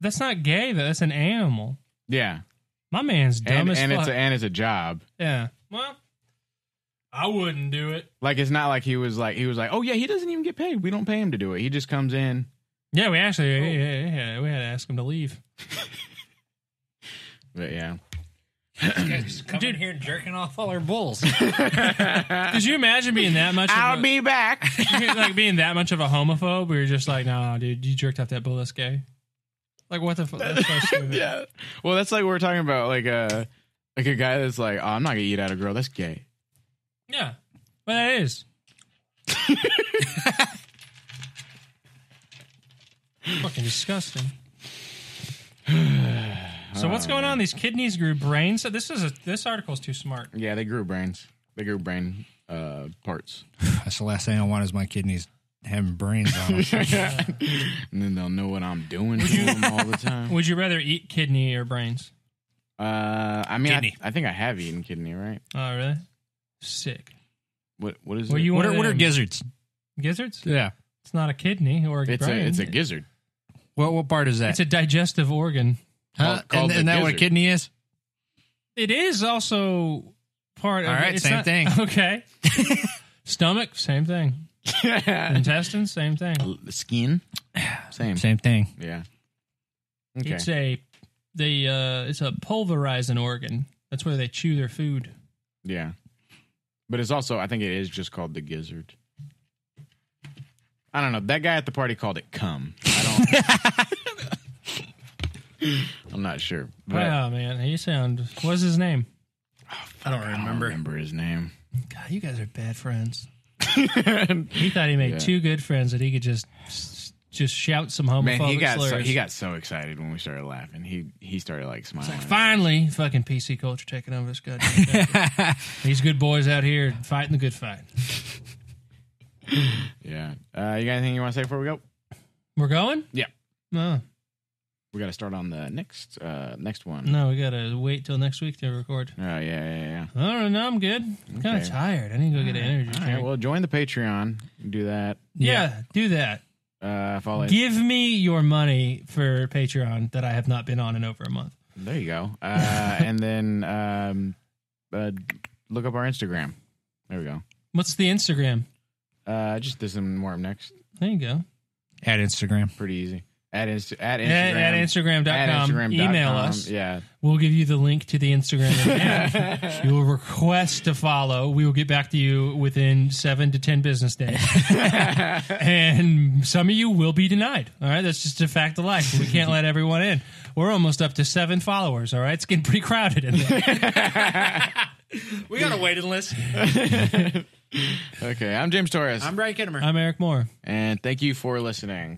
that's not gay though. That's an animal. Yeah, My man's dumb and as and fuck. it's a, and it's a job. yeah. Well, I wouldn't do it. Like it's not like he was like he was like, "Oh yeah, he doesn't even get paid. We don't pay him to do it. He just comes in." Yeah, we actually, yeah, yeah, yeah, we had to ask him to leave. But yeah, Dude, here jerking off all our bulls. Could you imagine being that much? I'll be back. like being that much of a homophobe, where you're just like, nah, dude, you jerked off that bull. That's gay. Like what the fuck? yeah. Well, that's like we we're talking about, like a like a guy that's like, oh, I'm not gonna eat out a girl. That's gay. Yeah, well, that is. Fucking disgusting. So what's going on? These kidneys grew brains. So this is a this article's too smart. Yeah, they grew brains. They grew brain uh, parts, That's the last thing I want is my kidneys having brains on them. and then they'll know what I'm doing to them all the time. Would you rather eat kidney or brains? Uh, I mean, I, Kidney. I think I have eaten kidney, right? Oh, really? Sick. What what is Well, it? you what want are, what are them gizzards? gizzards? Yeah. It's not a kidney or a It's brain. a it's a gizzard. What what part is that? It's a digestive organ. Huh? called the and and that what a gizzard. kidney is? It is also part All of right, it's same not- thing. Okay. Stomach, same thing. Intestines, same thing. Skin, same. Same thing. Yeah. Okay. It's a they uh it's a pulverizing organ. That's where they chew their food. Yeah. But it's also, I think it is just called the gizzard. I don't know. That guy at the party called it cum. I don't. I'm not sure. But Wow, Ah, man, he sound. What's his name? Um, I don't I don't remember his name. God, you guys are bad friends. he thought he made Yeah. two good friends that he could just just shout some homophobic Man, he got so, slurs. he got so excited when we started laughing. He he started like smiling. Finally, fucking PC culture taking over this goddamn country. These good boys out here fighting the good fight. yeah. Uh, you got anything you want to say before we go? We're going? Oh, Yeah. No, We got to start on the next uh next one. no, we gotta wait till next week to record. Oh yeah yeah yeah. All right, no, I'm good. I'm kind Okay. of tired. I need to go get an energy All drink. right. Well, join the Patreon. Do that. yeah, do that. Uh, follow. Give me your money for Patreon that I have not been on in over a month. There you go. Uh, and then um, uh, look up our Instagram. There we go. What's the Instagram? Uh, just this and more up next. There you go. At Instagram. Pretty easy. At, inst- at Instagram. At- at Instagram.com. Email us. Yeah. We'll give you the link to the Instagram. account. you will request to follow. We will get back to you within seven to ten business days, and some of you will be denied. All right, that's just a fact of life. We can't let everyone in. We're almost up to seven followers. All right, it's getting pretty crowded in there. we got a waiting list. Okay. I'm James Torres. Brian Kittimer. I'm Eric Moore. and thank you for listening.